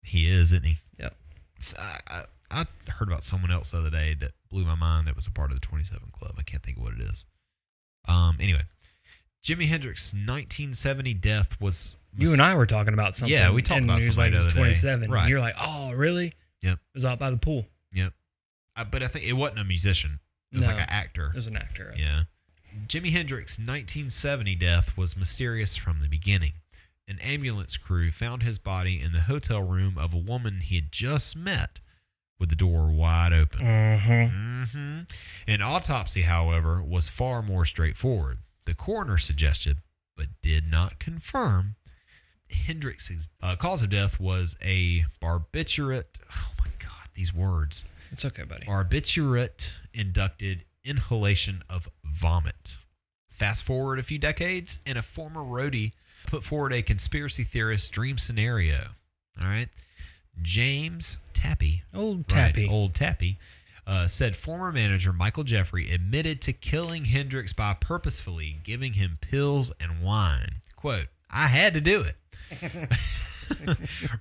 He is, isn't he?
Yep.
S- I, I, I heard about someone else the other day that blew my mind that was a part of the 27 Club. I can't think of what it is. Um. Anyway, Jimi Hendrix's 1970 death was.
You and I were talking about something.
Yeah, we talked
and
about
he was
somebody
like,
the
he was
other day.
27. and
Right.
You're like, oh, really?
Yep.
It was out by the pool.
Yep. I, but I think it wasn't a musician. It was
No.
like an actor.
It was an actor.
Yeah. Jimi Hendrix's 1970 death was mysterious from the beginning. An ambulance crew found his body in the hotel room of a woman he had just met with the door wide open.
Mm-hmm.
hmm An autopsy, however, was far more straightforward. The coroner suggested, but did not confirm, Hendrix's uh, cause of death was a barbiturate. Oh my God, these words.
It's okay, buddy.
Barbiturate inducted inhalation of vomit. Fast forward a few decades, and a former roadie put forward a conspiracy theorist dream scenario. All right. James Tappy
Old
Right,
Tappy.
old Tappy, uh, said former manager Michael Jeffrey admitted to killing Hendrix by purposefully giving him pills and wine. Quote, I had to do it.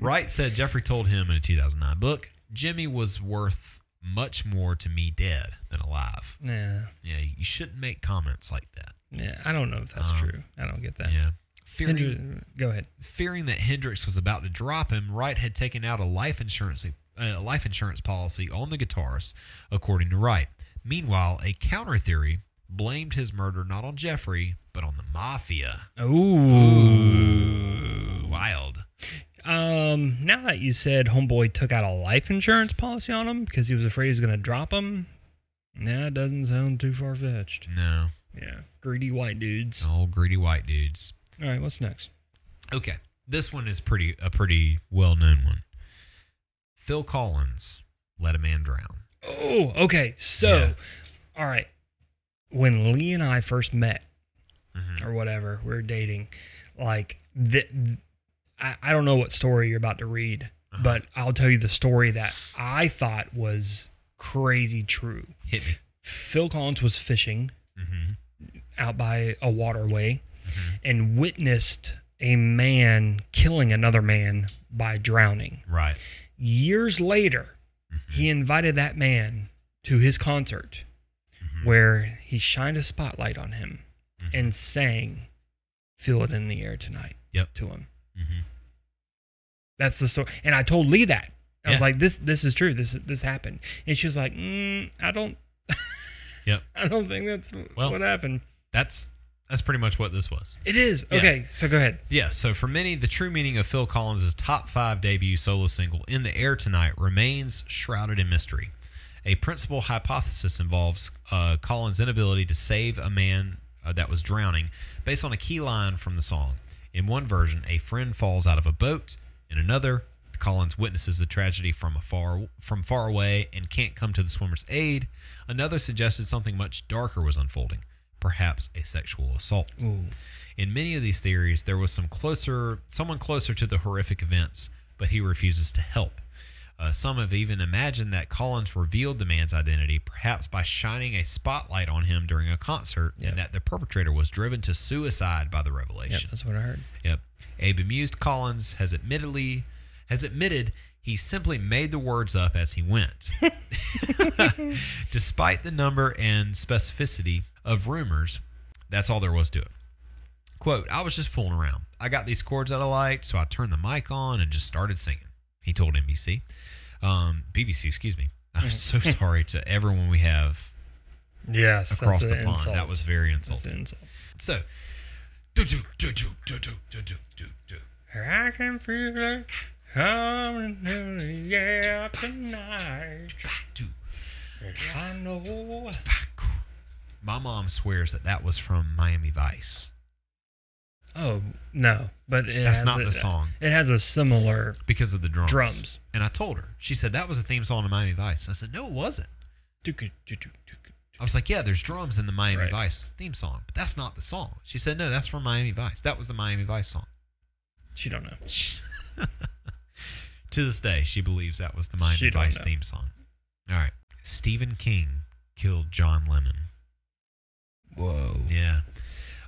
Wright said Jeffrey told him in a 2009 book, Jimmy was worth much more to me dead than alive.
Yeah.
Yeah, you shouldn't make comments like that.
Yeah. I don't know if that's
Um,
true. I don't get that.
Yeah. Fearing,
Hendri- Go ahead.
fearing that Hendrix was about to drop him, Wright had taken out a life insurance uh, life insurance policy on the guitarist, according to Wright. Meanwhile, a counter theory blamed his murder not on Jeffrey but on the mafia.
Ooh.
Wild.
Um, now that you said homeboy took out a life insurance policy on him because he was afraid he was going to drop him, nah, it doesn't sound too far fetched.
No,
Yeah. Greedy white dudes.
old greedy white dudes.
All right, what's next?
Okay, this one is pretty a pretty well known one. Phil Collins let a man drown.
Oh, okay. So,
Yeah.
all right. when Lee and I first met or whatever, we were dating, like the, I, I don't know what story you're about to read, but I'll tell you the story that I thought was crazy true.
Hit me.
Phil Collins was fishing
Mhm.
out by a waterway and witnessed a man killing another man by drowning.
Right.
Years later,
Mm-hmm.
he invited that man to his concert
Mm-hmm.
where he shined a spotlight on him and sang Feel It in the Air Tonight
Yep.
to him.
Mhm.
That's the story. And I told Lee that. I was
Yeah.
like, this this is true. This this happened. And she was like, mm, I don't
Yep.
I don't think that's
Well-
what happened.
That's that's pretty much what this was.
It is.
Yeah.
Okay, so go ahead.
Yeah, so for many, the true meaning of Phil Collins' top five debut solo single, In the Air Tonight, remains shrouded in mystery. A principal hypothesis involves uh, Collins' inability to save a man uh, that was drowning based on a key line from the song. In one version, a friend falls out of a boat. In another, Collins witnesses the tragedy from afar from far away and can't come to the swimmer's aid. Another suggested something much darker was unfolding, perhaps a sexual assault. In many of these theories, there was some closer, someone closer to the horrific events, but he refuses to help. Uh, some have even imagined that Collins revealed the man's identity, perhaps by shining a spotlight on him during a concert,
Yeah.
and that the perpetrator was driven to suicide by the
Yeah,
revelation.
that's what I heard.
Yep. A bemused Collins has admittedly has admitted he simply made the words up as he went. Despite the number and specificity of rumors, that's all there was to it. Quote, I was just fooling around. I got these chords that I liked, so I turned the mic on and just started singing, he told NBC. Um, BBC, excuse me. I'm so sorry to everyone we have
Yes,
across
that's
the
an
pond.
insult.
That was very
that's an
insulting.
insult.
So, do, do, do, do, do, do, do, do, do, do.
I can feel it coming in the air tonight.
do.
I know.
My mom swears that that was from Miami Vice.
Oh no, but it
That's
has
not
a-
the song.
It has a similar.
Because of the drums.
Drums.
And I told her. She said that was a theme song to Miami Vice. I said, no, it wasn't. I was like, yeah, there's drums in the Miami
Right.
Vice theme song, but that's not the song. She said, no, that's from Miami Vice. That was the Miami Vice song.
She don't know.
To this day, she believes that was the Miami
She don't
Vice
know.
theme song. All right. Stephen King killed John Lennon.
Whoa.
Yeah.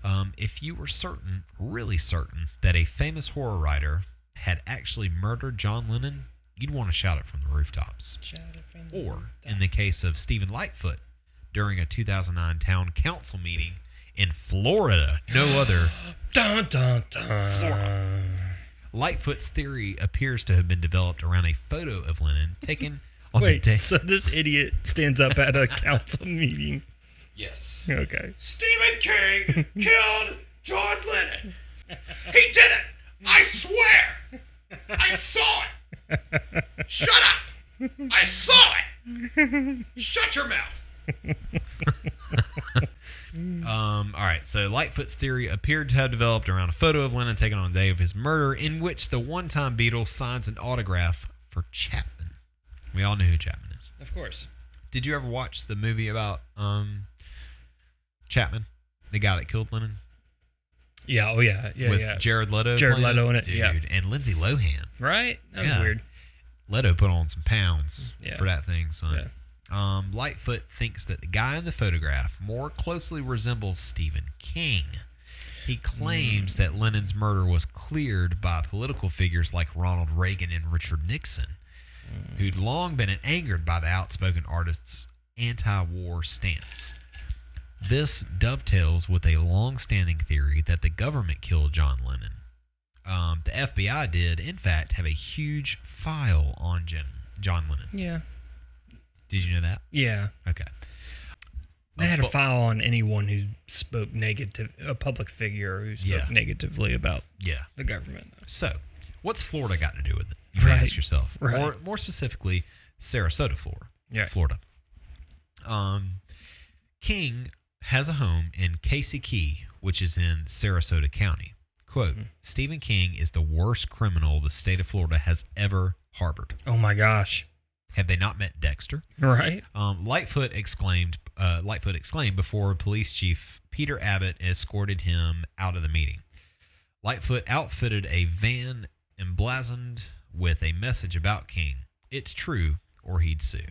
Um, if you were certain, really certain, that a famous horror writer had actually murdered John Lennon, you'd want to shout it from the rooftops. Or, in the case of Stephen Lightfoot, during a 2009 town council meeting in Florida, no other,
Dun dun dun.
Lightfoot's theory appears to have been developed around a photo of Lennon taken on
Wait,
the day.
so this idiot stands up at a council meeting.
yes.
Okay.
Stephen King killed John Lennon. He did it. I swear. I saw it. Shut up. I saw it. Shut your mouth. um, all right, so Lightfoot's theory appeared to have developed around a photo of Lennon taken on the day of his murder, in which the one time Beatle signs an autograph for Chapman. We all know who Chapman is.
Of course.
Did you ever watch the movie about um Chapman, the guy that killed Lennon,
Yeah. Oh yeah. Yeah.
with
yeah.
Jared Leto?
Jared
playing
Leto in it,
dude,
yeah.
and Lindsay Lohan.
right. That was
Yeah.
weird.
Leto put on some pounds
Yeah.
for that thing, son. Um, Lightfoot thinks that the guy in the photograph more closely resembles Stephen King. He claims
Hmm.
that Lennon's murder was cleared by political figures like Ronald Reagan and Richard Nixon, who'd long been angered by the outspoken artist's anti war stance. This dovetails with a long standing theory that the government killed John Lennon. Um, the FBI did, in fact, have a huge file on Jen, John Lennon.
Yeah.
Did you know that?
Yeah.
Okay.
They had a
bu-
file on anyone who spoke negative, a public figure who spoke
Yeah.
negatively about
Yeah.
the government.
So, what's Florida got to do with it? You may
Right.
ask yourself.
Right.
Or more specifically, Sarasota, Florida.
Yeah.
Florida. Um, King has a home in Casey Key, which is in Sarasota County. Quote,
Hmm.
Stephen King is the worst criminal the state of Florida has ever harbored.
Oh my gosh.
Have they not met Dexter?
Right?
Um, Lightfoot exclaimed. Uh, Lightfoot exclaimed before Police Chief Peter Abbott escorted him out of the meeting. Lightfoot outfitted a van emblazoned with a message about King. It's true, or he'd sue.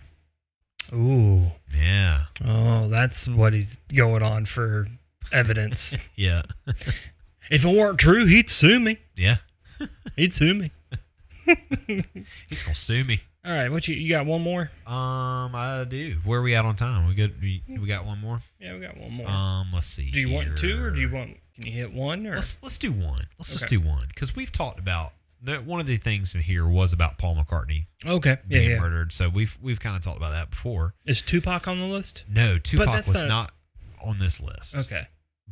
Ooh.
Yeah,
Oh, that's what he's going on for evidence.
yeah,
if it weren't true, he'd sue me.
yeah.
He'd sue me.
He's gonna sue me.
All right, what you you got one more?
Um, I do. Where are we at on time? We good? We, we got one more.
Yeah, we got one more.
Um, let's see.
do you want two or do you
here.
want can you hit one or
Let's let's do one. Let's just
Okay.
do one because we've talked about that. One of the things in here was about Paul McCartney
Okay. Yeah,
being
yeah.
murdered. So we've we've kind of talked about that before.
Is Tupac on the list?
No, Tupac
that's
was
not-
not on this list.
Okay.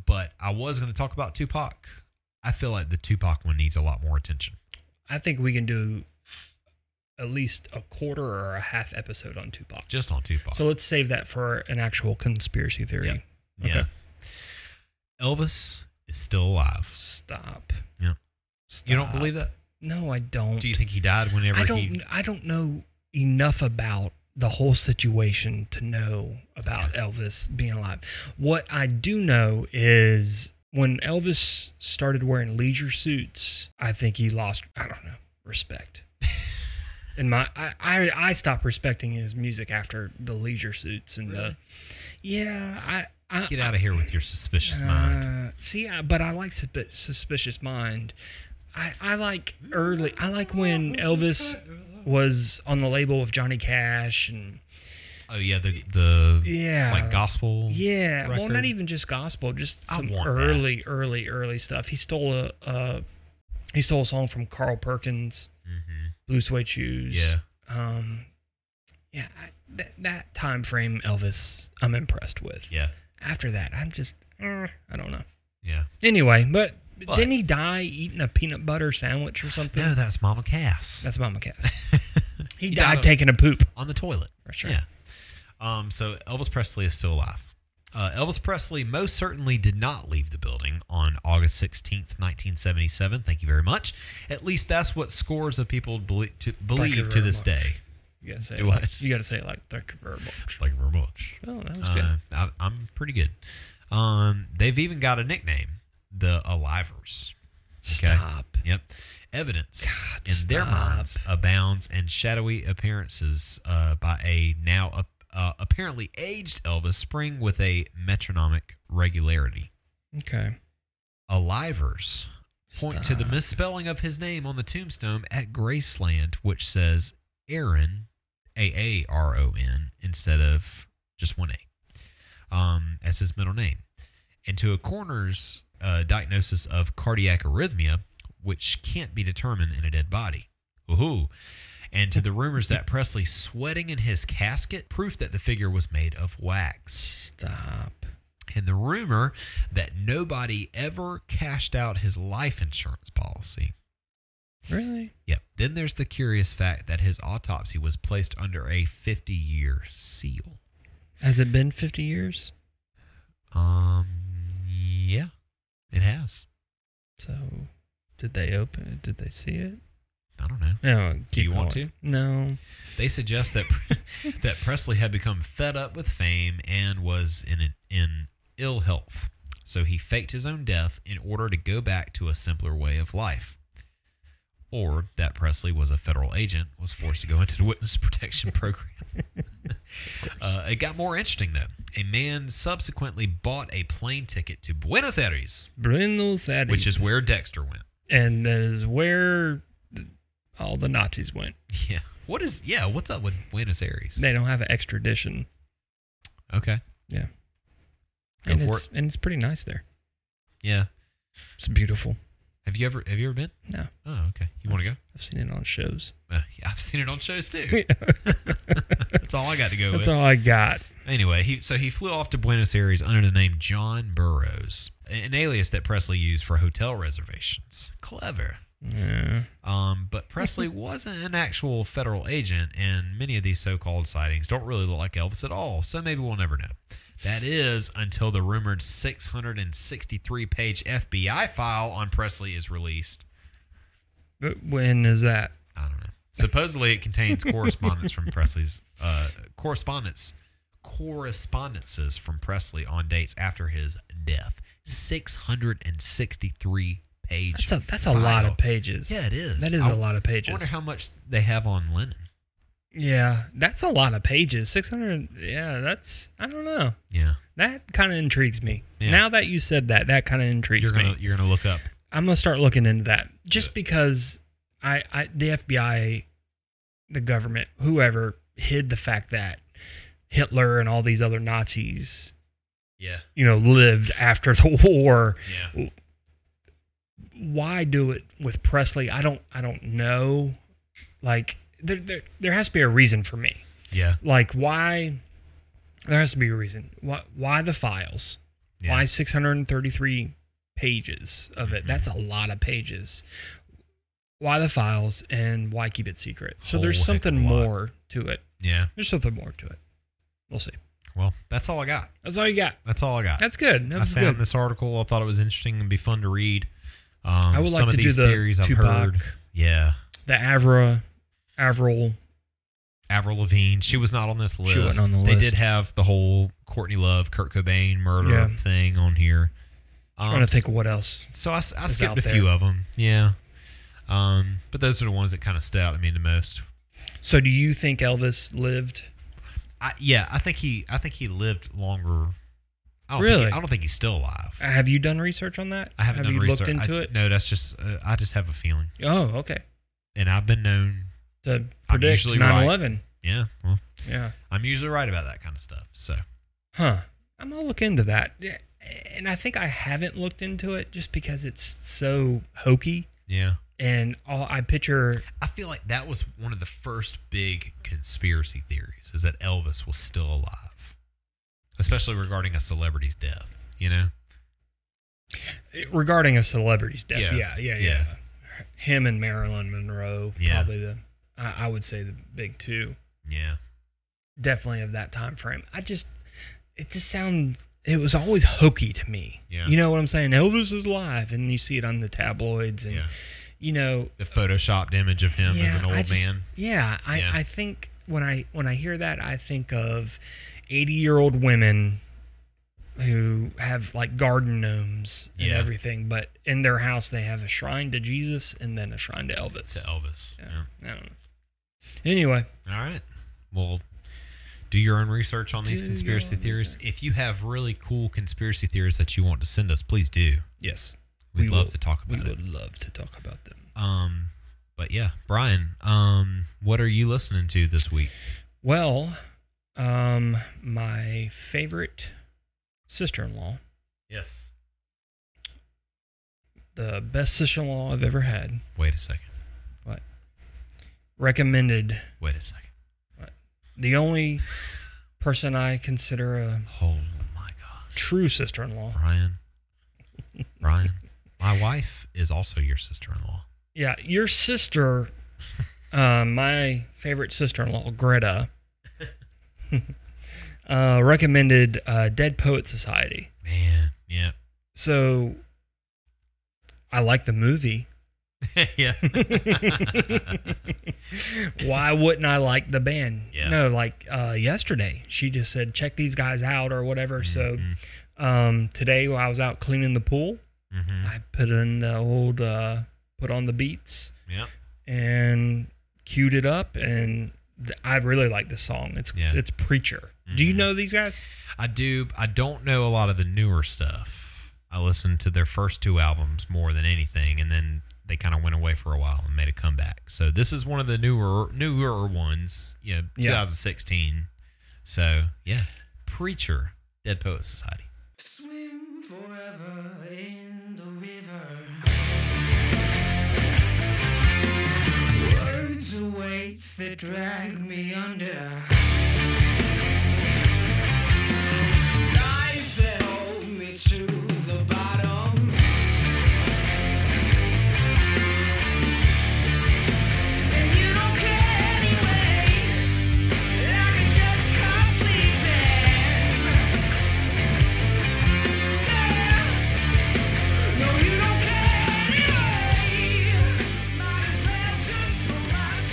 but I was going to talk about Tupac. I feel like the Tupac one needs a lot more attention.
I think we can do at least a quarter or a half episode on Tupac.
Just on Tupac.
So let's save that for an actual conspiracy theory.
Yeah.
okay.
Yeah. Elvis is still alive.
Stop.
Yeah. You don't
Stop.
believe that?
No, I don't.
Do you think he died whenever
I don't
he?
I don't know enough about the whole situation to know about Elvis being alive. What I do know is when Elvis started wearing leisure suits, I think he lost I don't know, respect. And my I, I I stopped respecting his music after the leisure suits and the Yeah, I I
Get out of here with your suspicious
uh,
mind.
See, I, but I like suspi- suspicious mind. I, I like early. I like when Elvis was on the label with Johnny Cash and
Oh yeah, the the
Yeah.
like gospel.
yeah, well, not
record.
even just gospel, just
I
some
want that.
early, early, early stuff. He stole a uh, he stole a song from Carl Perkins,
Mhm.
Blue Suede Shoes.
Yeah.
um, yeah, I, that that time frame Elvis, I'm impressed with.
Yeah,
After that, I'm just uh, I don't know.
yeah.
Anyway, but,
But-
didn't he die eating a peanut butter sandwich or something?
No, that's Mama Cass.
That's Mama Cass. He,
died
died
on-
taking a poop.
on the toilet.
For sure.
Yeah. Um, so Elvis Presley is still alive. Uh, Elvis Presley most certainly did not leave the building on August 16th, 1977. Thank you very much. At least that's what scores of people believe to, believe to
very
this
much.
day.
You gotta say
Do
it like-
what?
you gotta say it like thank you very much.
Thank you very much.
Oh, that was
Uh, I, I'm pretty good. Um, they've even got a nickname, the Alivers.
good. Stop.
Yep. Evidence
God,
in their
stop.
minds abounds and shadowy appearances uh, by a now ap- uh, apparently aged Elvis spring with a metronomic regularity.
Okay.
Alivers point to the
Stop.
misspelling of his name on the tombstone at Graceland, which says Aaron, A A R O N, instead of just one A, um, as his middle name. And to a coroner's uh, diagnosis of cardiac arrhythmia, which can't be determined in a dead body. Woohoo! And to the rumors that Presley sweating in his casket, proof that the figure was made of wax
Stop.
and the rumor that nobody ever cashed out his life insurance policy.
Really?
Yep. Then there's the curious fact that his autopsy was placed under a 50 year seal.
Has it been fifty years?
Um, yeah, it has.
So did they open it? Did they see it?
I don't know.
No.
Do you
keep
want
going. No.
They suggest that that Presley had become fed up with fame and was in an, in ill health, so he faked his own death in order to go back to a simpler way of life. Or that Presley was a federal agent, was forced to go into the witness protection program. uh, it got more interesting though. A man subsequently bought a plane ticket to Buenos Aires,
Buenos Aires.
which is where Dexter went.
and that is where th- all the Nazis went.
Yeah. What is? Yeah. What's up with Buenos Aires?
They don't have an extradition.
okay.
Yeah.
Go
and
for
it's and it's pretty nice there.
Yeah.
It's beautiful.
Have you ever? Have you ever been?
No.
Oh, okay. You want to go?
I've seen it on shows.
Uh, yeah, I've seen it on shows too.
That's
That's all I got to go with.
all I got.
Anyway, he so he flew off to Buenos Aires under the name John Burroughs, an alias that Presley used for hotel reservations. Clever.
Yeah.
Um, but Presley wasn't an actual federal agent, and many of these so-called sightings don't really look like Elvis at all. So maybe we'll never know. That is until the rumored 663-page FBI file on Presley is released.
But when is that?
I don't know. Supposedly, it contains correspondence from Presley's uh, correspondence correspondences from Presley on dates after his death. Six hundred and sixty-three pages.
That's a that's a lot of pages.
Yeah, it is.
That is
I-
a lot of
I
pages.
wonder how much they have on Lennon.
yeah, that's a lot of pages. Six hundred. Yeah, that's I don't know.
Yeah,
That kind of intrigues me.
Yeah.
Now that you said that, that kind of intrigues
you're gonna
me.
you're gonna look up.
I'm gonna start looking into that just because I, I the FBI, the government, whoever hid the fact that Hitler and all these other Nazis,
Yeah,
you know, lived after the war.
yeah.
Why do it with Presley? I don't I don't know. Like there there, there has to be a reason for me.
Yeah.
Like why there has to be a reason. Why why the files?
yeah.
Why 633 pages of it? That's a lot of pages. Why the files and why keep it secret? So there's
Whole heck of a
something
lot.
more to it.
Yeah.
There's something more to it. We'll see.
Well, that's all I got.
That's all you got.
That's all I got.
That's good. That
I
was
found
good.
this article. I thought it was interesting and be fun to read. Um,
I would like
some of
to do
these
the
theories I've
Tupac.
heard. Yeah,
The Avra, Avril.
Avril Lavigne. She was not on this list.
She wasn't on the
They
list.
did have the whole Courtney Love, Kurt Cobain murder
Yeah.
thing on here. Um,
I'm trying to think of what else.
So I, s- I
is
skipped
out
a few
there.
of them. Yeah. Um, but those are the ones that kind of stood out to me the most.
So do you think Elvis lived?
I, yeah, I think he. I think he lived longer. I don't Think
Really?
he, I don't think he's still alive.
Uh, Have you done research on that?
I haven't
Have
done
you
research.
looked
I
into
s-
it?
No, that's just. Uh, I just have a feeling,
Oh, okay.
and I've been known.
To predict
usually
9/11.
Yeah. Well,
Yeah.
I'm usually right about that kind of stuff. So
Huh. I'm gonna look into that. Yeah, And I think I haven't looked into it just because it's so hokey.
yeah,
And all I picture,
I feel like that was one of the first big conspiracy theories is that Elvis was still alive, especially regarding a celebrity's death. You know?
regarding a celebrity's death.
Yeah.
Yeah, yeah, yeah.
Yeah.
Him and Marilyn Monroe,
Yeah.
probably the, I, I would say the big two,
Yeah.
definitely of that time frame. I just, it just sounds, it was always hokey to me.
Yeah.
You know what I'm saying? Elvis is live, and you see it on the tabloids, and
Yeah.
you know,
The photoshopped image of him as an old
I just-
man.
Yeah, I,
Yeah.
I think when I when I hear that, I think of eighty year old women who have like garden gnomes and
Yeah.
everything, but in their house they have a shrine to Jesus and then a shrine to Elvis.
To Elvis.
Yeah, I don't know. Anyway,
All right. Well, do your own research on these
Do
conspiracy
your own
theories. If you have really cool conspiracy theories that you want to send us, please do.
yes,
We'd
we
love
will-
to talk
we
about it.
would love to talk about them.
Um, but yeah, Brian, um, what are you listening to this week?
Well, um, my favorite sister in law,
Yes.
the best sister in law I've ever had,
Wait a second.
recommended
Wait a second.
the only person I consider a
Oh my God.
true sister-in-law.
Brian. Brian. My wife is also your sister in law.
Yeah, your sister, uh, my favorite sister-in-law, Greta, uh, recommended uh, Dead Poet Society.
Man. Yeah.
So I like the movie.
yeah.
Why wouldn't I like the band?
Yeah.
No, like uh, yesterday, she just said check these guys out or whatever.
Mhm.
So um, today, while I was out cleaning the pool,
Mhm.
I put in the old uh, put on the beats
Yeah.
and queued it up and th- I really like this song. It's
Yeah.
it's Preacher. Do you
Mhm.
know these guys?
I do. I don't know a lot of the newer stuff. I listened to their first two albums more than anything, and then they kind of went away for a while and made a comeback. So this is one of the newer, newer ones. You know,
Yeah.
2016. So yeah, Preacher, Dead Poet Society.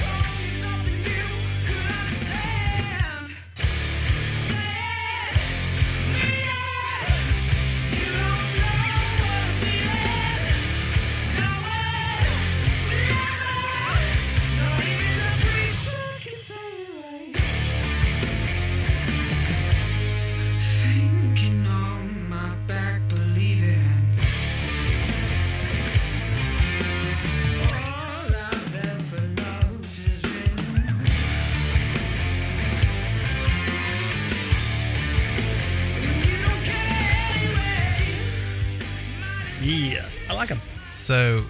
Might as well just throw my soul
Yeah, I like them.
So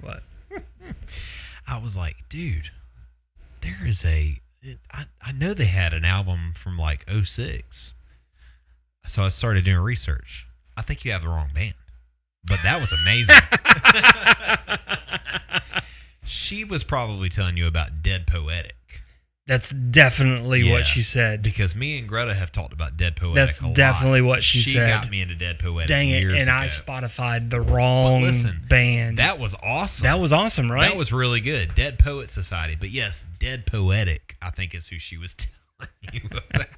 What?
I was like, dude, there is a. It, I, I know they had an album from like 06. So I started doing research. I think you have the wrong band. But that was amazing. she was probably telling you about Dead Poetic.
That's definitely
Yeah.
what she said.
Because me and Greta have talked about Dead Poetic
That's
a lot.
definitely what she
she
said.
got me into Dead Poetic
Dang it!
years
And I
ago.
Spotified the wrong
listen,
band.
That was awesome.
that was awesome, right?
That was really good. Dead Poet Society. But yes, Dead Poetic, I think, is who she was telling you about.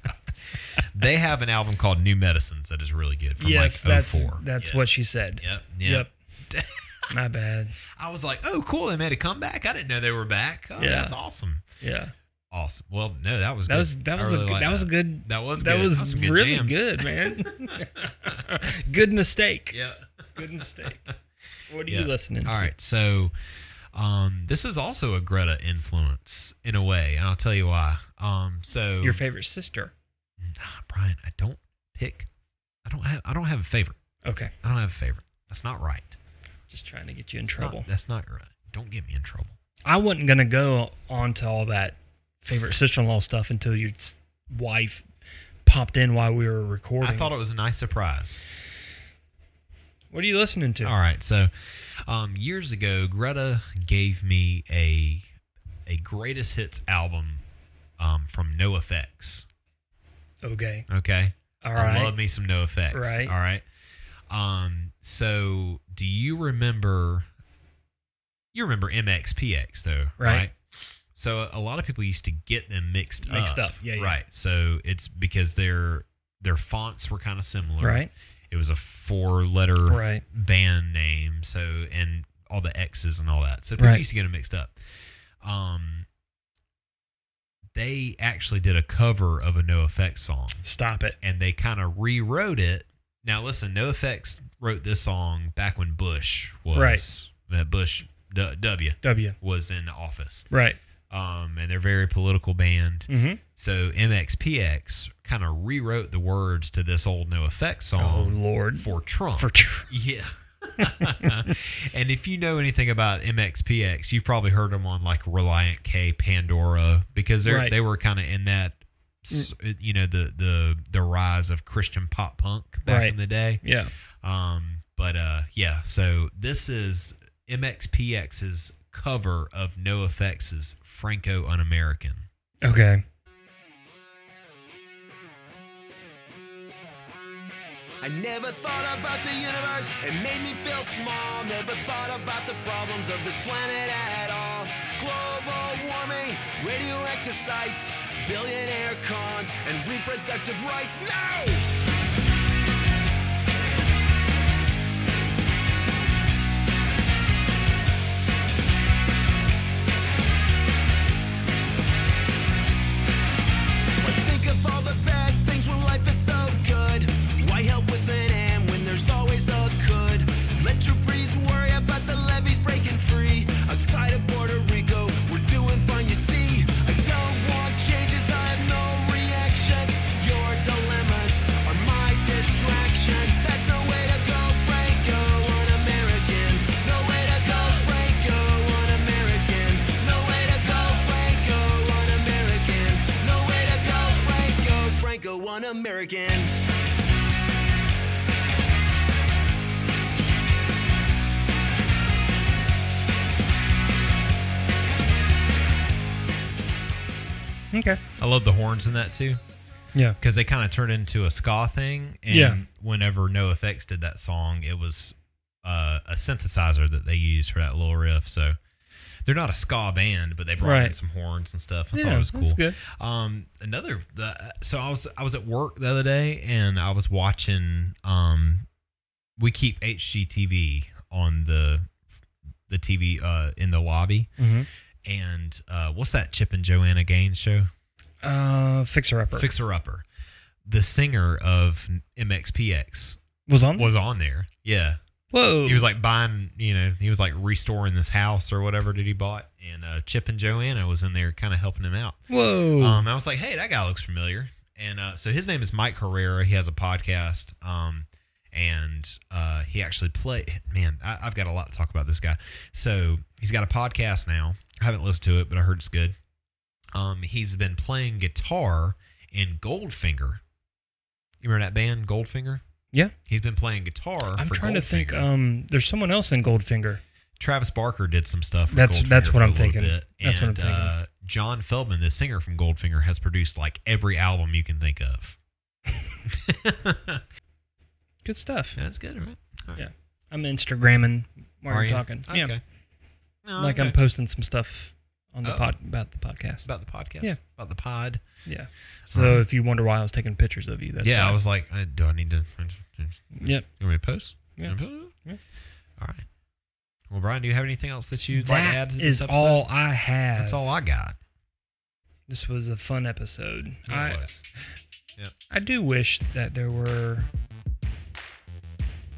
they have an album called New Medicines that is really good from
yes.
like
that's
04.
that's
Yeah.
what she said.
Yep, yep.
Yep. My bad.
I was like, oh, cool. They made a comeback. I didn't know they were back. Oh,
Yeah.
That's awesome.
Yeah.
Awesome. Well, no, that was
That
good.
was that
I
was
really
a good,
liked
that was a good
That was
that
good.
was,
That was some good
really
jams.
good, man. good mistake.
Yeah.
Good mistake. What are
Yeah.
you listening? to?
All right. So um, this is also a Greta influence in a way, and I'll tell you why. Um, so
Your favorite sister.
Nah, Brian, I don't pick. I don't have. I don't have a favorite.
Okay.
I don't have a favorite. That's not right.
Just trying to get you in
That's not-
trouble.
that's not right. Don't get me in trouble.
I wasn't gonna go on to all that favorite sister-in-law stuff until your s- wife popped in while we were recording.
I thought it was a nice surprise.
what are you listening to?
All right. So, um, years ago, Greta gave me a a greatest hits album um, from No Effects.
Okay.
Okay.
All
I
right.
love me some No Effects.
Right.
All right. Um. So, do you remember? You remember MXPX though,
Right.
right? So a lot of people used to get them mixed up.
Mixed up, yeah, yeah.
Right. So it's because their their fonts were kind of similar.
Right.
It was a four letter
Right.
band name. So and all the X's and all that. So people
Right.
used to get them mixed up. Um. They actually did a cover of a No Effects song
Stop it.
and they kind of rewrote it. Now, listen, NoFX wrote this song back when Bush was uh, Bush D- W
W.
was in office,
Right.
um, and they're a very political band.
Mm-hmm.
So MXPX kind of rewrote the words to this old NoFX
Oh
song
Lord.
for Trump.
For tr-
yeah. and if you know anything about MXPX, you've probably heard them on like Reliant K, Pandora, because they're
Right. Mm.
they were kind of in that, s- uh, you know, the the the rise of Christian pop punk back
Right.
in the day.
yeah.
Um, but uh, yeah, so this is MXPX's cover of No Effects' Franco Un-American.
Okay.
I never thought about the universe, it made me feel small. Never thought about the problems of this planet at all. Global warming, radioactive sites, billionaire cons, and reproductive rights. No! Why think of all the bad things when life is so good? Why help with an and when there's always a could? Let your breeze worry about the levees breaking free. Outside of Puerto Rico, we're doing fine, you see. I don't want changes, I have no reactions. Your dilemmas are my distractions. That's no way to go, Franco, an American. No way to go, Franco, an American. No way to go, Franco, an American. No way to go, Franco, Franco, an American.
Okay.
I love the horns in that too.
Yeah.
because they kind of turned into a ska thing. And
Yeah.
whenever No Effects did that song, it was uh, a synthesizer that they used for that little riff. So they're not a ska band, but they brought in
Right.
some horns and stuff. I thought
Yeah,
it was cool.
that's good.
Um, another the, so I was I was at work the other day and I was watching. Um, we keep HGTV on the the TV uh, in the lobby.
Mhm.
And uh, what's that Chip and Joanna Gaines show?
Uh, Fixer Upper
Fixer Upper. The singer of MXPX
was on.
was on there. Yeah.
Whoa.
He was like buying, you know, he was like restoring this house or whatever that he bought. And uh, Chip and Joanna was in there kind of helping him out.
Whoa.
Um, I was like, hey, that guy looks familiar. And uh, so his name is Mike Herrera. He has a podcast. Um, and uh, he actually play. Man, I, I've got a lot to talk about this guy. So he's got a podcast now. I haven't listened to it, but I heard it's good. Um, he's been playing guitar in Goldfinger. You remember that band, Goldfinger?
Yeah.
He's been playing guitar.
I'm
for
trying to think.
Goldfinger.
Um, there's someone else in Goldfinger.
Travis Barker did some stuff. For
That's-
Goldfinger
that's what
for a
I'm
little
thinking.
bit,
That's what I'm
and,
thinking.
Uh, John Feldman, the singer from Goldfinger, has produced like every album you can think of.
Good stuff.
that's good, right? All right.
Yeah. I'm Instagramming while
Are
I'm
you?
talking. Yeah,
Okay. Oh,
like
okay.
I'm posting some stuff on the
Oh.
pod about the podcast.
about the podcast.
Yeah.
About the pod.
yeah. So
Alright.
if you wonder why I was taking pictures of you, that's
yeah,
why.
I was like, uh, do I need to? You
Yep.
want me to post? You
Yeah.
want me to post?
Yeah.
All right. Well, Brian, do you have anything else that you'd like to add
That
to
is
this episode?
all I have.
That's all I got.
This was a fun episode.
It
I
was.
I do wish that there were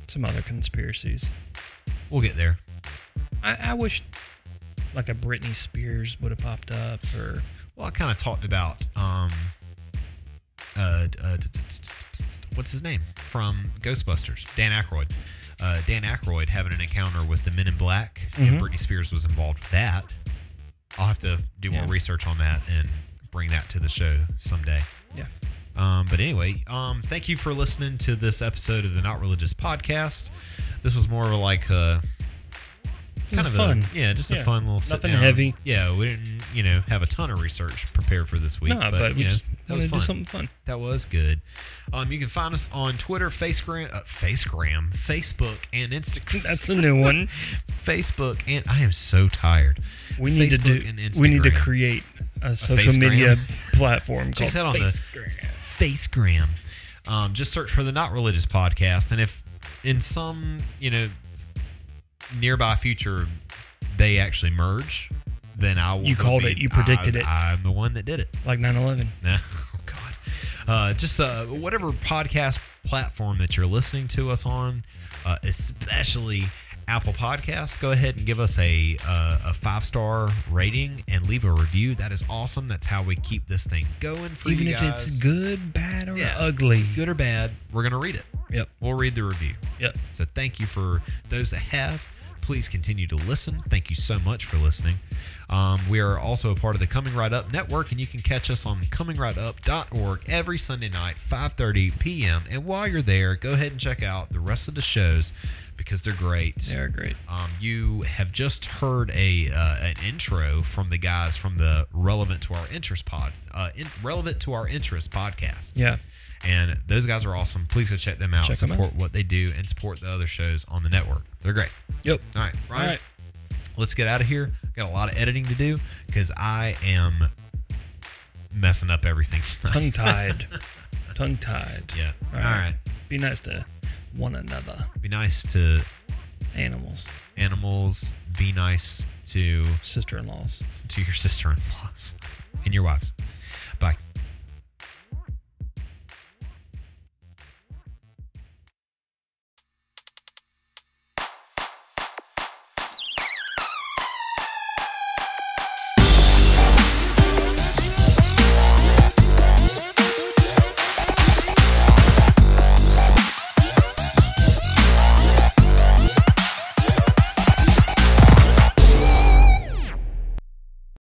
some other conspiracies.
We'll get there.
I, I wish like a Britney Spears would have popped up or
Well, I kind of talked about um, uh, d- uh, d- d- d- d- d- what's his name from Ghostbusters, Dan Aykroyd. Uh, Dan Aykroyd having an encounter with the Men in Black, and
Mhm.
Britney Spears was involved with that. I'll have to do more
Yeah.
research on that and bring that to the show someday.
Yeah.
Um, but anyway, um, thank you for listening to this episode of the Not Religious Podcast. This was more of like a
It was
kind of
fun.
A, yeah, just a
Yeah.
fun little sit
Nothing
down.
heavy.
Yeah, we didn't you know have a ton of research prepared for this week,
no, but,
but,
we
you know
just
that
wanted
was
to
fun.
do something fun.
That was good. Um, you can find us on Twitter, Facegram, uh, Facegram, Facebook, and Instagram.
That's a new one.
Facebook and I am so tired.
We need
Facebook
to do.
and
We need to
Instagram.
create a social
Facegram?
media platform
Check us
called
out on the-
Facegram.
Facegram. Um, just search for the Not Religious Podcast, and if in some you know nearby future they actually merge, then I will.
You called
be-
it. You predicted
I-
it.
I'm the one that did it.
like 9/11.
No, oh God. Uh, just uh, whatever podcast platform that you're listening to us on, uh, especially Apple Podcasts, go ahead and give us a uh, a five star rating and leave a review. That is awesome. That's how we keep this thing going for
Even
you
if it's
guys.
good, bad, or
Yeah.
ugly.
good or bad, we're gonna read it.
Yep.
We'll read the review.
Yep.
So thank you for those that have. Please continue to listen. Thank you so much for listening. Um, we are also a part of the Coming Right Up network, and you can catch us on comingritup.org every Sunday night, 5:30 p.m. And while you're there, go ahead and check out the rest of the shows because they're great.
They are great.
Um, you have just heard a uh, an intro from the guys from the relevant to our interest pod, uh, in, relevant to our interest podcast
Yeah.
and those guys are awesome. Please go check them out.
Check them
support what they do and support the other shows on the network. They're great.
Yep.
All right, Brian,
All right.
let's get out of here. Got a lot of editing to do because I am messing up everything. tonight.
Tongue tied. Tongue tied.
yeah.
All
All right.
Be nice to one another.
Be nice to
Animals.
animals. Be nice to
Sister-in-laws.
to your sister-in-laws and your wives.